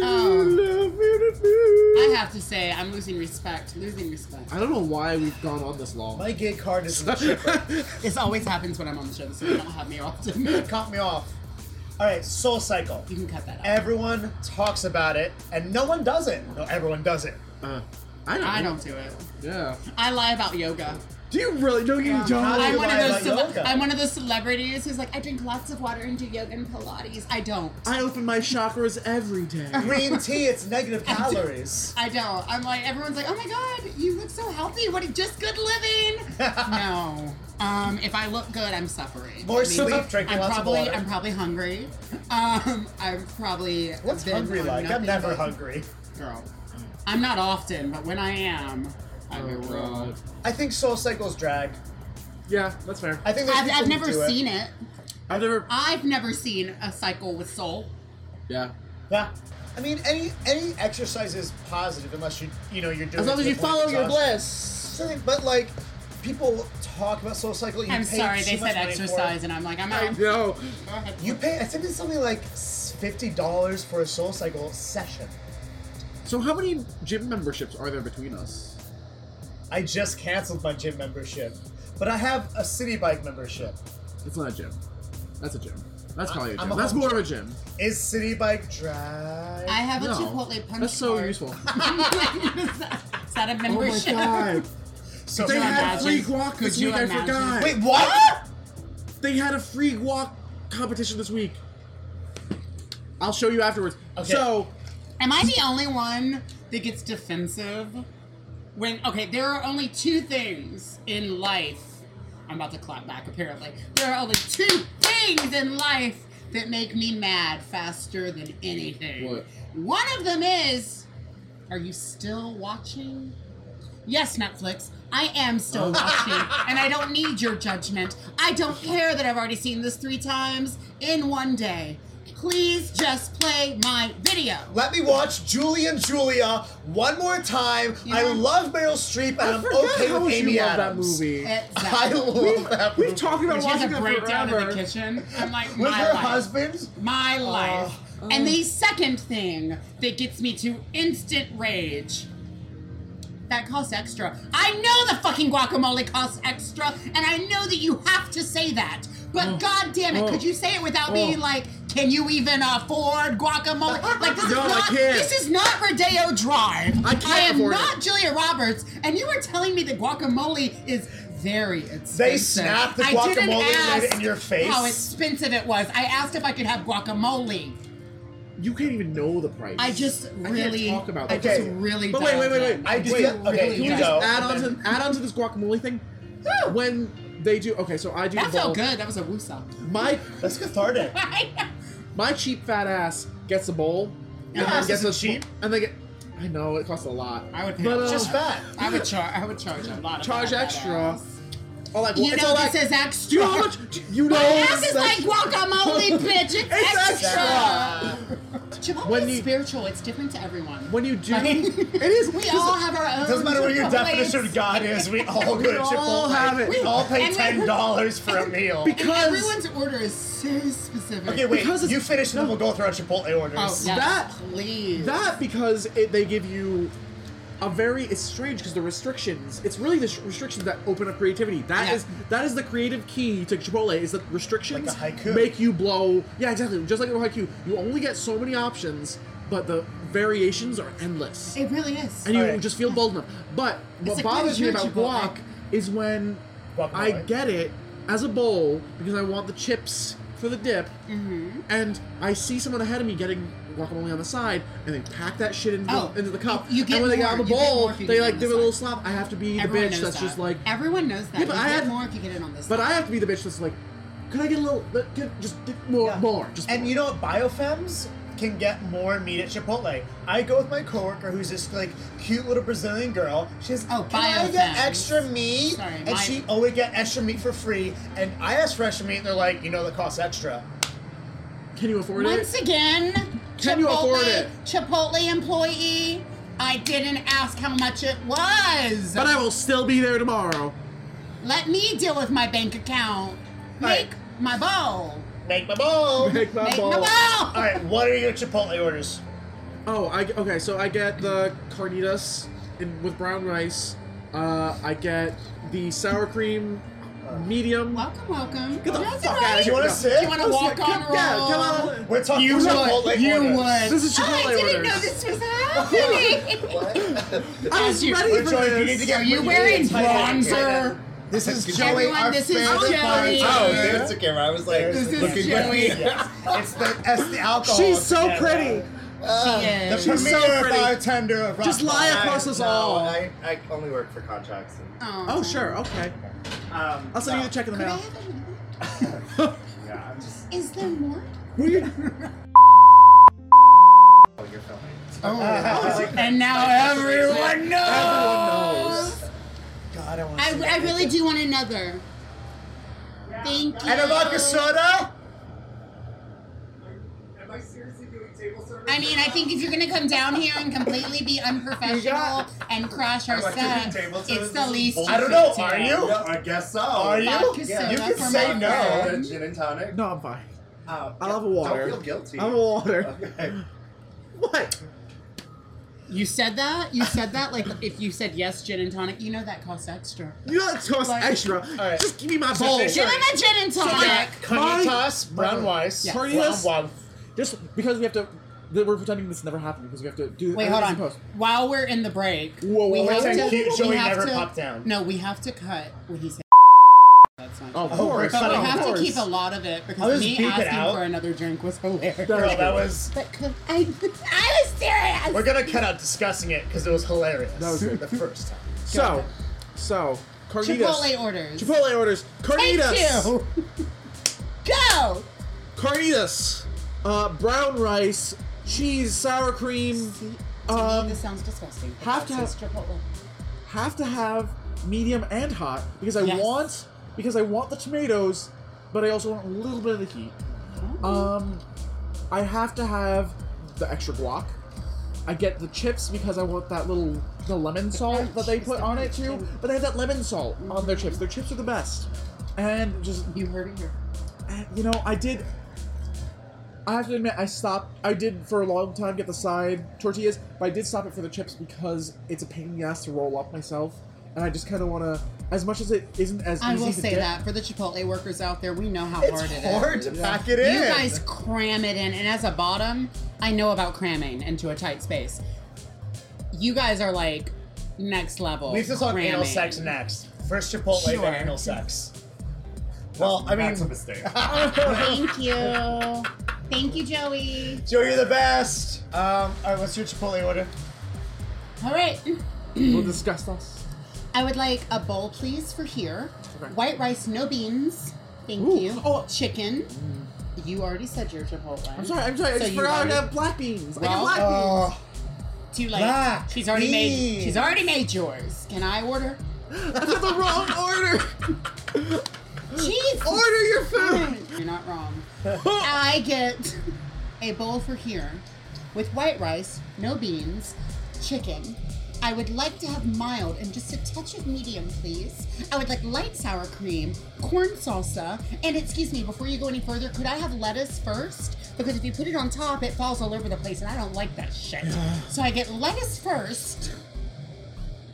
Um, I I have to say, I'm losing respect. Losing respect. don't know why we've gone on this long. Uh, My gig card is in the shipper. This always happens when I'm on the show, so you don't have me often. You Caught me off. All right, Soul Cycle. can cut that out. Everyone talks about it, and no one does it. No, everyone does it. Uh, I don't. I know. don't do it. Yeah. I lie about yoga. Do you really? No, you Yeah. don't. I I'm one of lie those. about cele- yoga. I'm one of those celebrities who's like, I drink lots of water and do yoga and Pilates. I don't. I open my chakras every day. Green tea, it's negative calories. I don't. I'm like everyone's like, oh my god, you look so healthy. What a just good living. no. Um, if I look good, I'm suffering. More I mean, sleep, drink I'm lots probably of water. I'm probably hungry. Um, I'm probably What's been hungry on like? I'm nothing never but- hungry. Girl, I'm not often, but when I am, Oh, I'm a real. I think Soul Cycle's drag. Yeah, that's fair. I think there's I've, people I've who never do seen it. it. I've never. I've never seen a cycle with soul. Yeah. Yeah. I mean, any any exercise is positive unless you you know you're doing. As long it as to you the point follow of your exhaustion. bliss. Something- But like, people talk about Soul Cycle. You I'm pay sorry, too they much said money for it. exercise, and I'm like, I'm out. No. Go ahead. You pay. I think it's something like fifty dollars for a Soul Cycle session. So how many gym memberships are there between us? I just canceled my gym membership, but I have a City Bike membership. It's not a gym. That's a gym. That's probably a I'm gym. a That's home more of a gym. Is City Bike drag? I have a No. Chipotle punch That's so card. useful. Is that a Oh my membership? god. so They you had imagine? free guac this Could you week. I imagine? forgot. Wait, what? They had a free guac competition this week. I'll show you afterwards. Okay. So Am I the only one that gets defensive? When okay, there are only two things in life. I'm about to clap back. Apparently, there are only two things in life that make me mad faster than anything. What? One of them is, are you still watching? Yes, Netflix. I am still watching, and I don't need your judgment. I don't care that I've already seen this three times in one day. Please just play my video. Let me watch Julie and Julia one more time. You I know- love Meryl Streep, and I I'm forgot okay how with much Amy you love that Adams. movie. I Exactly. love that movie. We've talked about She has watching a that breakdown in forever. the kitchen. I'm like, with my her life. husband. My life. Oh. And the second thing that gets me to instant rage. That costs extra. I know the fucking guacamole costs extra, and I know that you have to say that. But god damn it, Oh. could you say it without Oh. being like, can you even afford guacamole? Like this is No, I not can't. this is not Rodeo Drive. I can't am afford it. not Julia Roberts, and you were telling me that guacamole is very expensive. They snap the I didn't guacamole right ask in your face. How expensive it was. I asked if I could have guacamole. you can't even know the price. I just can't really, talk about I that. just Okay. really. But wait, wait, wait, wait. dialed in. I just Wait, okay. Can we you just go. add on and then- to add on to this guacamole thing? When they do okay, so I do That the ball. felt good. That was a woosah. My That's cathartic. my cheap fat ass gets a bowl. Your ass gets isn't a cheap. And they get I know, it costs a lot. I would. Pay But, a uh, lot. It's just fat. I would charge. I would charge a lot. Of Charge that extra. ass. All that You it's know all this that, is extra. Do you know how much do you know My ass is that- like guacamole, bitch. It's, It's extra. Chipotle When is you- spiritual. It's different to everyone. when you do Like- it is we just- all have our own. Doesn't matter what your Chipotles. definition of God is. We all We go to Chipotle. all have it. We all pay And we- ten dollars for a meal. because Everyone's order is so specific. Okay, wait. Because it's- you finish, and then we'll go through our Chipotle orders. Oh, yes, That- please. That because it, they give you a very it's strange because the restrictions. It's really the sh- restrictions that open up creativity. That Yeah. is that is the creative key to Chipotle is that restrictions Like a haiku. make you blow. Yeah, exactly. Just like a haiku, you only get so many options, but the variations are endless, it really is. and you Alright. just feel bold enough. But what like bothers me when about you're guac Chipotle. is when Guacamole. I get it as a bowl because I want the chips for the dip, Mm-hmm. and I see someone ahead of me getting guacamole on the side, and they pack that shit into, Oh, the, into the cup. you- you get and when they get more- out of the you get bowl, more if you they get it like on give the it a little side. slap. I have to be Everyone the bitch knows that's that. just like, everyone knows that. Yeah, but you I get had- more if you get it on this. but side. I have to be the bitch that's like, could I get a little, let- get, just get more, Yeah. more, just And more." you know what? Biofems can get more meat at Chipotle. I go with my coworker who's this like cute little Brazilian girl. She's Oh, can I get Biofems. extra meat? Sorry, and my- she always get extra meat for free. And I asked for extra meat, and they're like, you know, that costs extra. can you afford Once it? again, Can Chipotle, you afford it? Chipotle employee, I didn't ask how much it was. But I will still be there tomorrow. Let me deal with my bank account. Right. Make my bowl. Make my bowl. Make my Make bowl. my bowl. All right, what are your Chipotle orders? Oh, I okay. So I get the carnitas in, with brown rice. Uh, I get the sour cream, medium. Welcome, welcome. Get the That's fuck right. outta Do you want to sit? You want to Let's walk get- on roll? yeah, come on. We're talking You Chipotle would. You orders. would. This is I Chipotle didn't orders. know this was happening. I was As you- ready We're for Joey, you need this. to get- Are you you need wearing to type it. bronzer? This is Joey, Everyone, our this is favorite Joey. part. Oh, Yeah. there's the camera. I was like, This is looking Joey. back. Yes. It's the, it's the alcohol. She's so Yeah. she pretty. The is. Uh, She's so premier pretty. bartender of Just Rockville. lie across us no, all. I, I only work for contracts. And, Aw. Oh sure, okay. um, I'll send you the check in the Could I mail. have a- Yeah, I'm just. Is there more? Who you? Oh, you're filming. and now everyone knows. God, I want to I, I really do want another. Thank you. And a vodka soda? Am I seriously doing table service? I mean, I think if you're gonna come down here and completely be unprofessional and crash our Am I doing set, table it's service? the least. I you don't know, could are do. you? No, I guess so. Are you? Vodka soda You can for say my no. friend. A Gin and tonic. No, I'm fine. Oh, I'll have a water. Don't feel guilty. I'm a water. Okay. What? You said that. You said that. Like if you said yes, gin and tonic. You know that costs extra. You know that costs Like- extra. right. Just give me my bowl. Give him a gin and tonic. Carnitas, brown rice, Yeah. brown Carnitas? wine. Just because we have to, that we're pretending this never happened because we have to do. Wait, uh, hold this on. Post. While we're in the break, Whoa, we whoa, have whoa, to. whoa, Thank you, we Joey have never to- popped down. No, we have to cut what he said. That's not. Of Oh, we're course, But excited. of we have course. to keep a lot of it I'll because just me beep it asking out. for another drink was hilarious. Girl, that was. But could I, I was serious. We're gonna cut out discussing it because it was hilarious. That was good. the first time. So, so carnitas. Chipotle orders. Chipotle orders. Thank Carnitas. you. Go. Carnitas. Uh, brown rice, cheese, sour cream. See, to Um, me, this sounds disgusting. but have to that's have- just Chipotle. Have to have medium and hot because I Yes. want because I want the tomatoes, but I also want a little bit of the heat. Oh. Um, I have to have the extra guac. I get the chips because I want that little the lemon salt that they crunch, put the on it crunch, too. yeah. But they have that lemon salt on their chips. Their chips are the best. And just You heard it here. Uh, you know, I did. I have to admit, I stopped. I did for a long time get the side tortillas, but I did stop it for the chips because it's a pain in the ass to roll up myself, and I just kind of want to. As much as it isn't as I easy will to say get- that for the Chipotle workers out there, we know how hard it is. It's hard to pack it in. You guys cram it in, and as a bottom, I know about cramming into a tight space. You guys are like next level. We have to talk cramming. anal sex next. First Chipotle, Sure. then anal sex. Well, I mean, That's a mistake. Thank you. Thank you, Joey. Joe, you're the best. Um, all right, what's your Chipotle order? All right. We'll discuss us. I would like a bowl, please, for here. Okay. White rice, no beans. Thank Ooh. you. Oh. chicken. You already said your Chipotle. I'm sorry, I'm sorry, I So just you forgot already- to have black beans. I Well, have black Uh, Too late. Ah, Black she's already made. beans. She's already made yours. Can I order? beans. I got the wrong order. Cheese. order your food. You're not wrong. I get a bowl for here with white rice, no beans, chicken. I would like to have mild and just a touch of medium, please. I would like light sour cream, corn salsa, and excuse me, before you go any further, could I have lettuce first? Because if you put it on top, it falls all over the place, and I don't like that shit. So I get lettuce first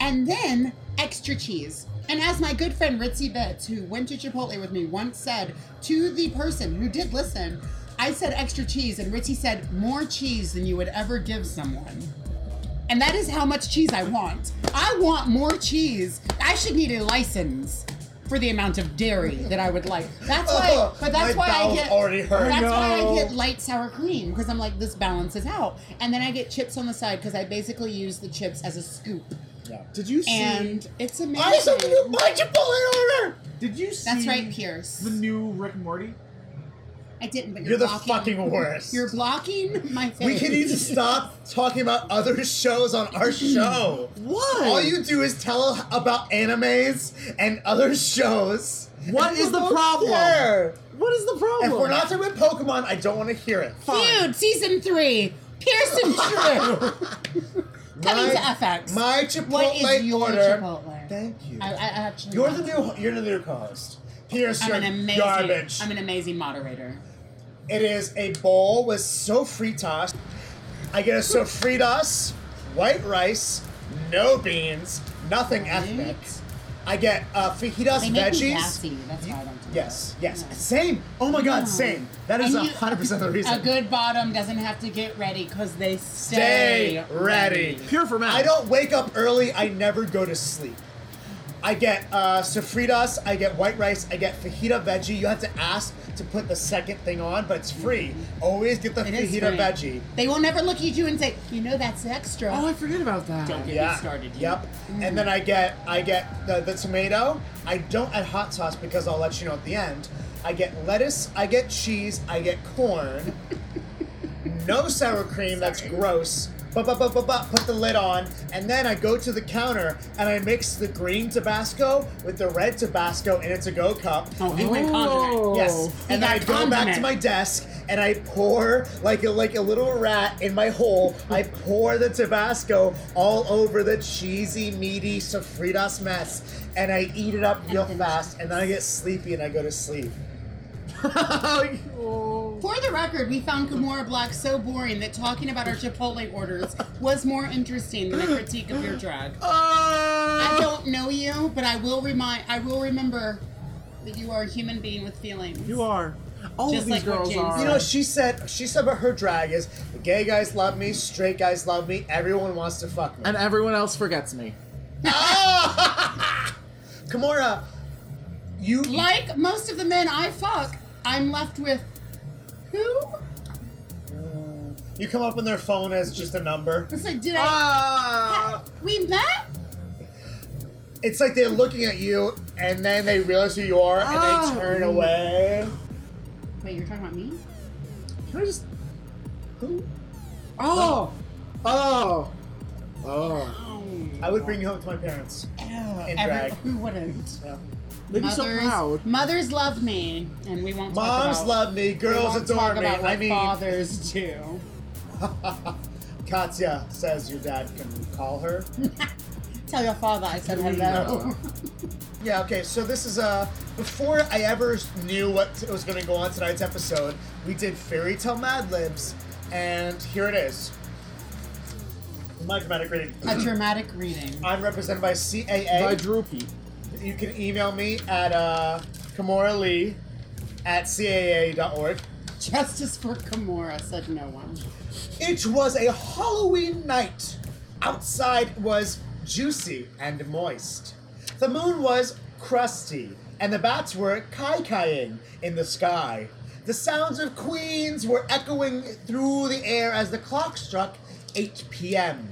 and then extra cheese. And as my good friend Ritzy Betts, who went to Chipotle with me, once said to the person who did listen, I said extra cheese, and Ritzy said more cheese than you would ever give someone. And that is how much cheese I want. I want more cheese. I should need a license for the amount of dairy that I would like. That's why, but that's My why I bowels get already hurt. That's why I No. get light sour cream because I'm like this balances out. And then I get chips on the side because I basically use the chips as a scoop Did you see? and it's amazing. I have something to my Chipotle order. did you see? That's right, Pierce. The new Rick and Morty. I didn't, but You're you're, the blocking, fucking worst. You're blocking my face. We can need to stop talking about other shows on our show. What? All you do is tell about animes and other shows. What And is the people don't problem? care. What is the problem? If we're not talking about Pokemon, I don't want to hear it. Feud season three. Pierce and Drew coming to FX. My Chipotle what is your order. Chipotle? Thank you. I, I actually. you're the new. You're the new host. Pierce, I'm you're an amazing. garbage. I'm an amazing moderator. It is a bowl with sofritas. I get a sofritas, white rice, no beans, nothing ethnic. I get uh, fajitas They make me veggies. gassy. That's why I don't do Yes, that. yes. Yeah. Same. Oh my god, No. same. That is And you- 100% of the A reason. good bottom doesn't have to get ready because they Stay stay, ready. pure ferment. I don't wake up early, I never go to sleep. I get uh, sofritas, I get white rice, I get fajita veggie. You have to ask to put the second thing on, but it's free. Always get the It is fajita great. veggie. They will never look at you and say, you know, that's extra. Oh, I forget about that. Don't get me started. you. Yep. And then I get I get the, the tomato. I don't add hot sauce because I'll let you know at the end. I get lettuce, I get cheese, I get corn. no sour cream, that's gross. But, but, but, but, but, put the lid on, and then I go to the counter and I mix the green Tabasco with the red Tabasco in a to go cup. Oh, he went condiment. Yes. And then got I go back condiment. to my desk and I pour like a like a little rat in my hole. I pour the Tabasco all over the cheesy, meaty sofritas mess, and I eat it up real fast. And then I get sleepy and I go to sleep. For the record, we found Gamora Black so boring that talking about our Chipotle orders was more interesting than a critique of your drag. Uh, I don't know you, but I will remind. I will remember that you are a human being with feelings. You are. All Just of these like what girls James are. You know, she said she said about her drag is the gay guys love me, straight guys love me, everyone wants to fuck me. and everyone else forgets me. Kimura, Ah! you Like most of the men I fuck, I'm left with who? you come up on their phone as just a number. It's like, did I? Uh, Ah! we met. It's like they're looking at you and then they realize who you are and Ah. they turn away. Wait, you're talking about me? Can I just? Oh, oh, oh! I would bring you home to my parents. Every- drag. Who wouldn't? Yeah. They'd be so Mothers, proud. mothers love me, and we won't. talk Moms about- love me, we girls won't adore talk me. About what I mean, fathers do. Katya says your dad can call her. Tell your father I said hello. Yeah, okay, so this is uh before I ever knew what t- was gonna go on tonight's episode, we did fairy tale mad libs, and here it is. My dramatic reading. A dramatic reading. I'm represented by CAA. By Droopy. You can email me at uh, Kamora Lee at CAA.org. Justice for Kimura said no one. It was a Halloween night. Outside was juicy and moist. The moon was crusty, and the bats were kai kaiing in the sky. The sounds of Queens were echoing through the air as the clock struck 8 p.m.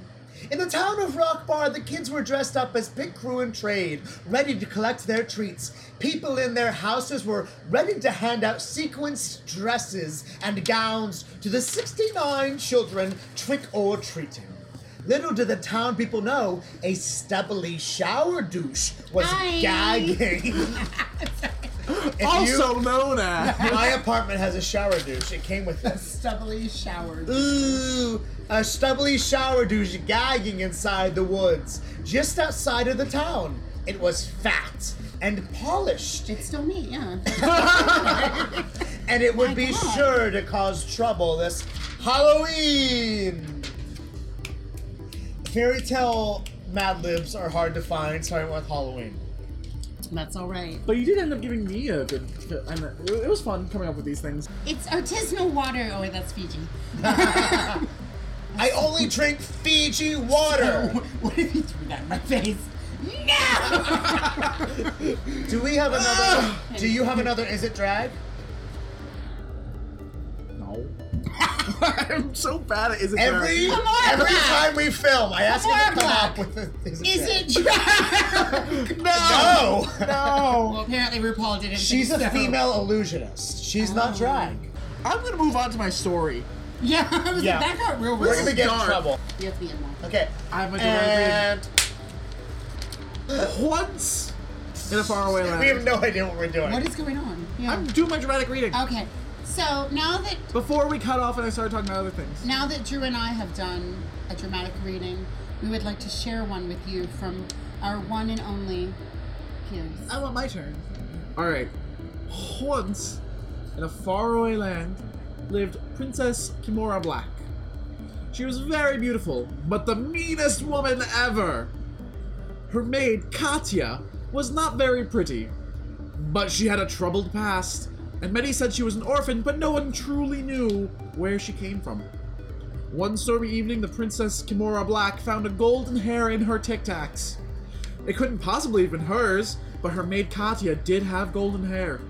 In the town of Rock Bar, the kids were dressed up as pit crew in trade, ready to collect their treats. People in their houses were ready to hand out sequenced dresses and gowns to the 69 children trick or treating. Little did the town people know, a stubbly shower douche was Hi. gagging. If also you- known as. my apartment has a shower douche. It came with A this. stubbly shower. Ooh, a stubbly shower douche gagging inside the woods, just outside of the town. It was fat and polished, It's still me, yeah. and it would My be God. sure to cause trouble this Halloween. Fairy tale Mad Libs are hard to find, so I went with Halloween. That's all right. But you did end up giving me a good. And it was fun coming up with these things. It's artisanal water. Oh, wait, that's Fiji. I only drink Fiji water. what if you threw that in my face? No! Do we have another? Do you have another? Is it drag? No. I'm so bad at is it Every therapy. on, every Black. time we film, I ask Come him to on, come up Black. with a, is Is drag? it drag? No, well, No. apparently RuPaul didn't. She's think a so. female illusionist. She's Oh. not drag. I'm gonna move on to my story. Yeah, I was Yeah. like, that got real We're weird. gonna get in dark. trouble. You have to be in one. Okay. I'm a drag And queen. Once in a faraway land. we have no idea what we're doing. What is going on? Yeah. I'm doing my dramatic reading. okay, so now that Before we cut off and I started talking about other things. now that Drew and I have done a dramatic reading, we would like to share one with you from our one and only Pierce. I want my turn. Alright. Once in a faraway land lived Princess Kimura Black. She was very beautiful, but the meanest woman ever. Her maid, Katya, was not very pretty, but she had a troubled past, and many said she was an orphan, but no one truly knew where she came from. One stormy evening, the Princess Kimura Black found a golden hair in her tic tacs. It couldn't possibly have been hers, but her maid Katya did have golden hair.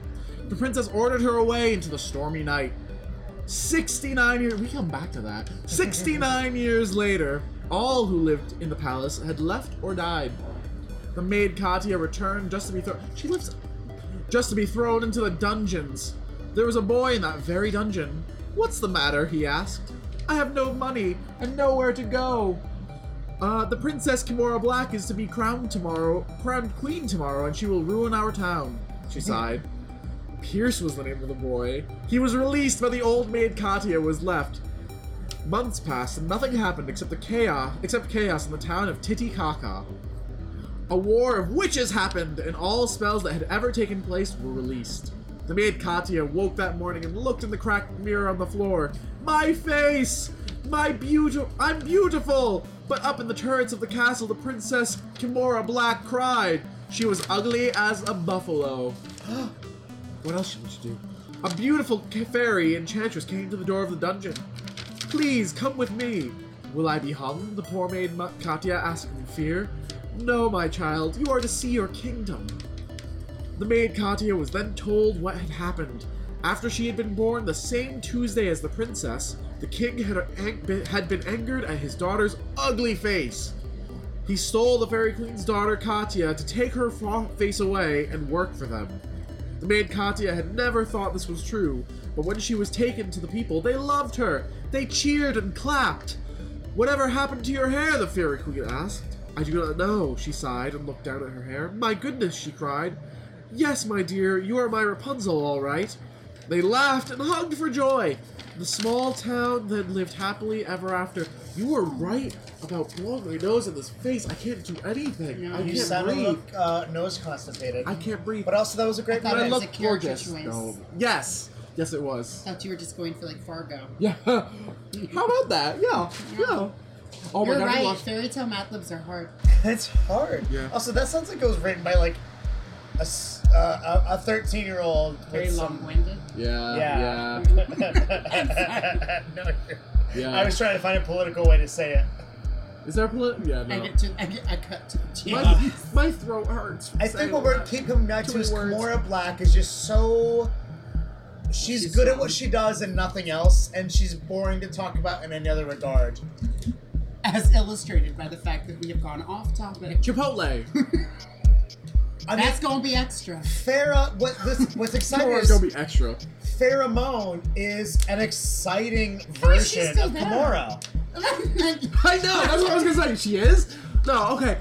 The princess ordered her away into the stormy night. 69 years we come back to that. 69 years later, all who lived in the palace had left or died. The maid Katya returned just to be thrown she lives just to be thrown into the dungeons. There was a boy in that very dungeon. What's the matter? he asked. I have no money and nowhere to go. Uh, the Princess Kimura Black is to be crowned tomorrow, crowned queen tomorrow, and she will ruin our town. She sighed. Pierce was the name of the boy. He was released, but the old maid Katya was left. Months passed, and nothing happened except the chaos, except chaos in the town of Titicaca. A war of witches happened, and all spells that had ever taken place were released. The maid Katya woke that morning and looked in the cracked mirror on the floor. My face! My beautiful! I'm beautiful! But up in the turrets of the castle, the princess Kimura Black cried. She was ugly as a buffalo. what else should she do? A beautiful ca- fairy enchantress came to the door of the dungeon. Please come with me. Will I be hung? The poor maid Ma- Katya asked in fear. No, my child, you are to see your kingdom. The maid Katya was then told what had happened. After she had been born the same Tuesday as the princess, the king had, ang- had been angered at his daughter's ugly face. He stole the fairy queen's daughter Katya to take her fa- face away and work for them. The maid Katya had never thought this was true, but when she was taken to the people, they loved her. They cheered and clapped. Whatever happened to your hair? the fairy queen asked. I do not know, she sighed and looked down at her hair. My goodness, she cried. Yes, my dear, you are my Rapunzel, all right. They laughed and hugged for joy. The small town then lived happily ever after. You were right about blowing my nose in this face. I can't do anything. No, I you can't sound a breathe. little uh, nose constipated. I can't breathe. But also, that was a great I thought But it I moment. was look a character gorgeous. choice. No. Yes. Yes, it was. Thought you were just going for like Fargo. Yeah. How about that? Yeah. Yeah. Oh You're my god. I right. lost- Fairy tale math libs are hard. It's hard. Yeah. Also, that sounds like it was written by like a s- uh, a thirteen-year-old. Very long-winded. Yeah. Yeah. Yeah. no, you're- Yeah. I was trying to find a political way to say it. Is there a polit? Yeah. I No. get to. I, get, I cut to the My, chase. my throat hurts. from I saying think what we're that. keeping back Too to many is words. Kimora Black is just so She's, She's good at um, what she does and nothing else, and she's boring to talk about in any other regard. as illustrated by the fact that we have gone off topic. Chipotle. I mean, That's gonna be extra. Farah, what this what's exciting Or is go be extra. pheromone is is an exciting Why is she version still of there? Kimura. I know. That's what I was gonna say. She is. No. Okay.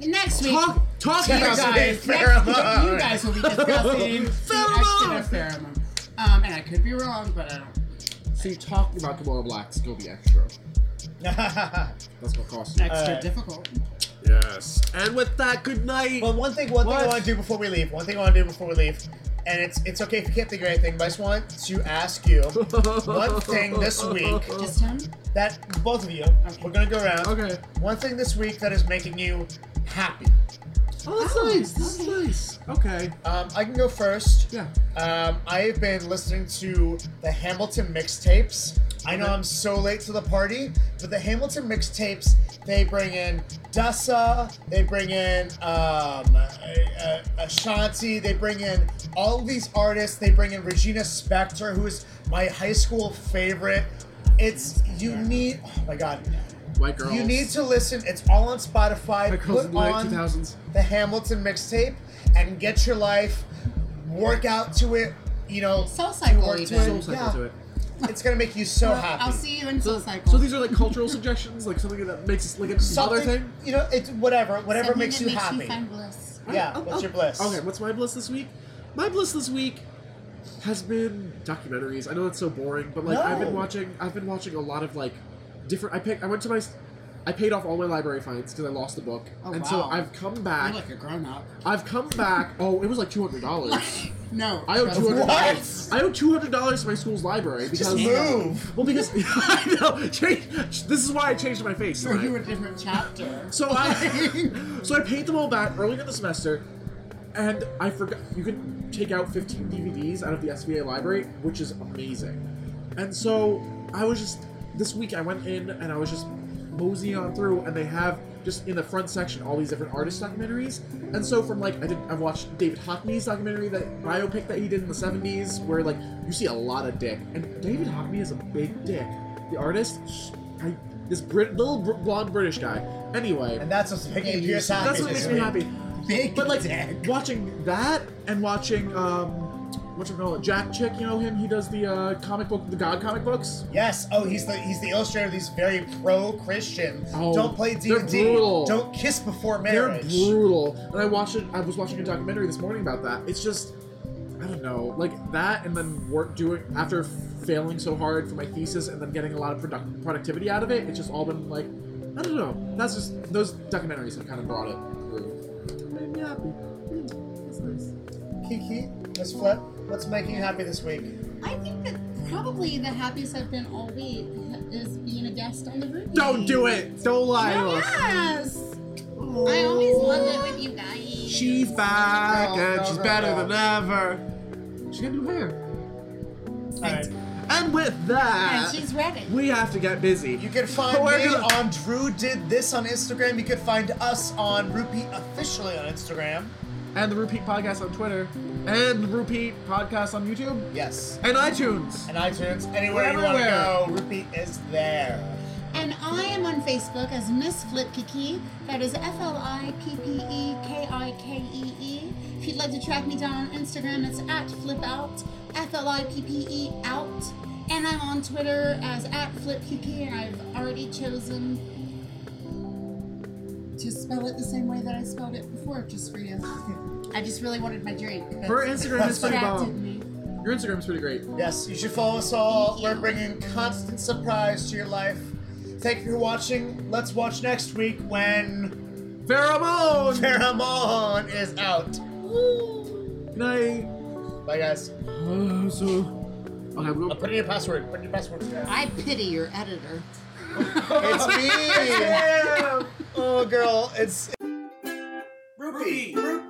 Next week, Talk. Talk. you Next guys, week, next week, pheromone. you guys will be discussing the Pheromone. extra pheromone. Um, and I could be wrong, but I don't. So you talk about Kimura Black's go be extra. That's gonna cost you. Extra Uh, difficult. Yes. And with that, good night. but one thing, one thing I What? want to do before we leave. One thing I want to do before we leave, and it's it's okay if you can't think of anything, but I just want to ask you one thing this week This time, that both of you, we're gonna go around. Okay. One thing this week that is making you happy. Oh, that's Oh, nice. That's okay. nice. Okay. Um, I can go first. Yeah. Um, I have been listening to the Hamilton mixtapes. I know I'm so late to the party, but the Hamilton mixtapes, they bring in Dessa, they bring in um, uh, Ashanti, they bring in all these artists, they bring in Regina Spektor, who is my high school favorite. It's, you need, oh my god. White girls. You need to listen. It's all on Spotify. White Put girls in the late on 2000s. the Hamilton mixtape and get your life, work out to it. You know, Soul Cycle work even. to it. Soul cycle yeah, to it. it's gonna make you so happy. I'll see you in Soul So, Cycle. so these are like cultural suggestions, like something that makes us like another Something, thing. you know, it's whatever, whatever Something makes that you happy. find bliss. Yeah, Alright, what's your bliss? Oh, Okay, what's my bliss this week? My bliss this week has been documentaries. I know that's so boring, but like I've No. been watching I've been watching a lot of like different I picked I went to my I paid off all my library fines because I lost the book. Oh, and so wow. I've come You're back. like a grown up. I've come back. Oh, it was like $200. No. I owe trust two me. hundred dollars. What? I owe two hundred dollars to my school's library because Just move. well because I know change, this is why I changed my face. So you tonight. were a different chapter. So I so I paid them all back earlier in the semester, and I forgot you can take out 15 DVDs out of the SVA library, which is amazing. And so I was just this week I went in and I was just moseying on through, and they have just in the front section all these different artist documentaries. And so from like I did I watched David Hockney's documentary that biopic that he did in the 70s, where like you see a lot of dick, and David Hockney is a big dick. The artist. I, this Brit, little br- blonde British guy. Anyway, And that's what's making you That's happy. that's what this makes me week. happy. Big But like dick. watching that and watching um, what you call it, Jack Chick. You know him. He does the uh, comic book, the God comic books. Yes. Oh, he's the he's the illustrator of these very pro-Christian. Oh, Don't play D they're and D. brutal. Don't kiss before They're marriage. brutal. And I watched it. I was watching a documentary this morning about that. It's just, I don't know, like that, and then work doing after failing so hard for my thesis, and then getting a lot of product productivity out of it. It's just all been like, I don't know. That's just those documentaries have kind of brought it through. Made me happy. Mm, That's nice. Kiki, Miss Flip, what's making you happy this week? I think that probably the happiest I've been all week is being a guest on the room. Don't do it. Don't lie to us. Yes. I always love it with you guys. She's back Girl, and girl, she's girl, better girl. than ever. She got new hair. All right. And with and that, she's ready. we have to get busy. You can find We're me gonna- on Drew Did This on Instagram. You can find us on Rupee officially on Instagram. And the Repeat Podcast on Twitter. And Repeat Podcast on YouTube. Yes. And iTunes. And iTunes. Anywhere you want to go, Rupee is there. And I am on Facebook as Miss Flip Kiki. That is F L I P P E K I K E E. If you'd like to track me down on Instagram, it's at Flip Out. F L I P P E Out. And I'm on Twitter as at Flip Kiki, and I've already chosen to spell it the same way that I spelled it before, just for you. I just really wanted my drink. but Her Instagram is pretty distracted bomb. me. Your Instagram is pretty great. Yes, you should follow us all. Thank We're you. bringing constant surprise to your life. Thank you for watching. Let's watch next week when Pheromone! Paramon is out. Good night. Bye, guys. Oh, so. Okay, we'll I'll put in your password. Put in your password. I pity your editor. it's me. Oh, girl. It's Rupee. Ru-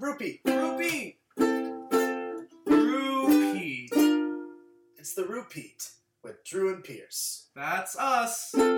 Rupee. Rupee. Rupee. It's the Rupeat with Drew and Pierce. That's us.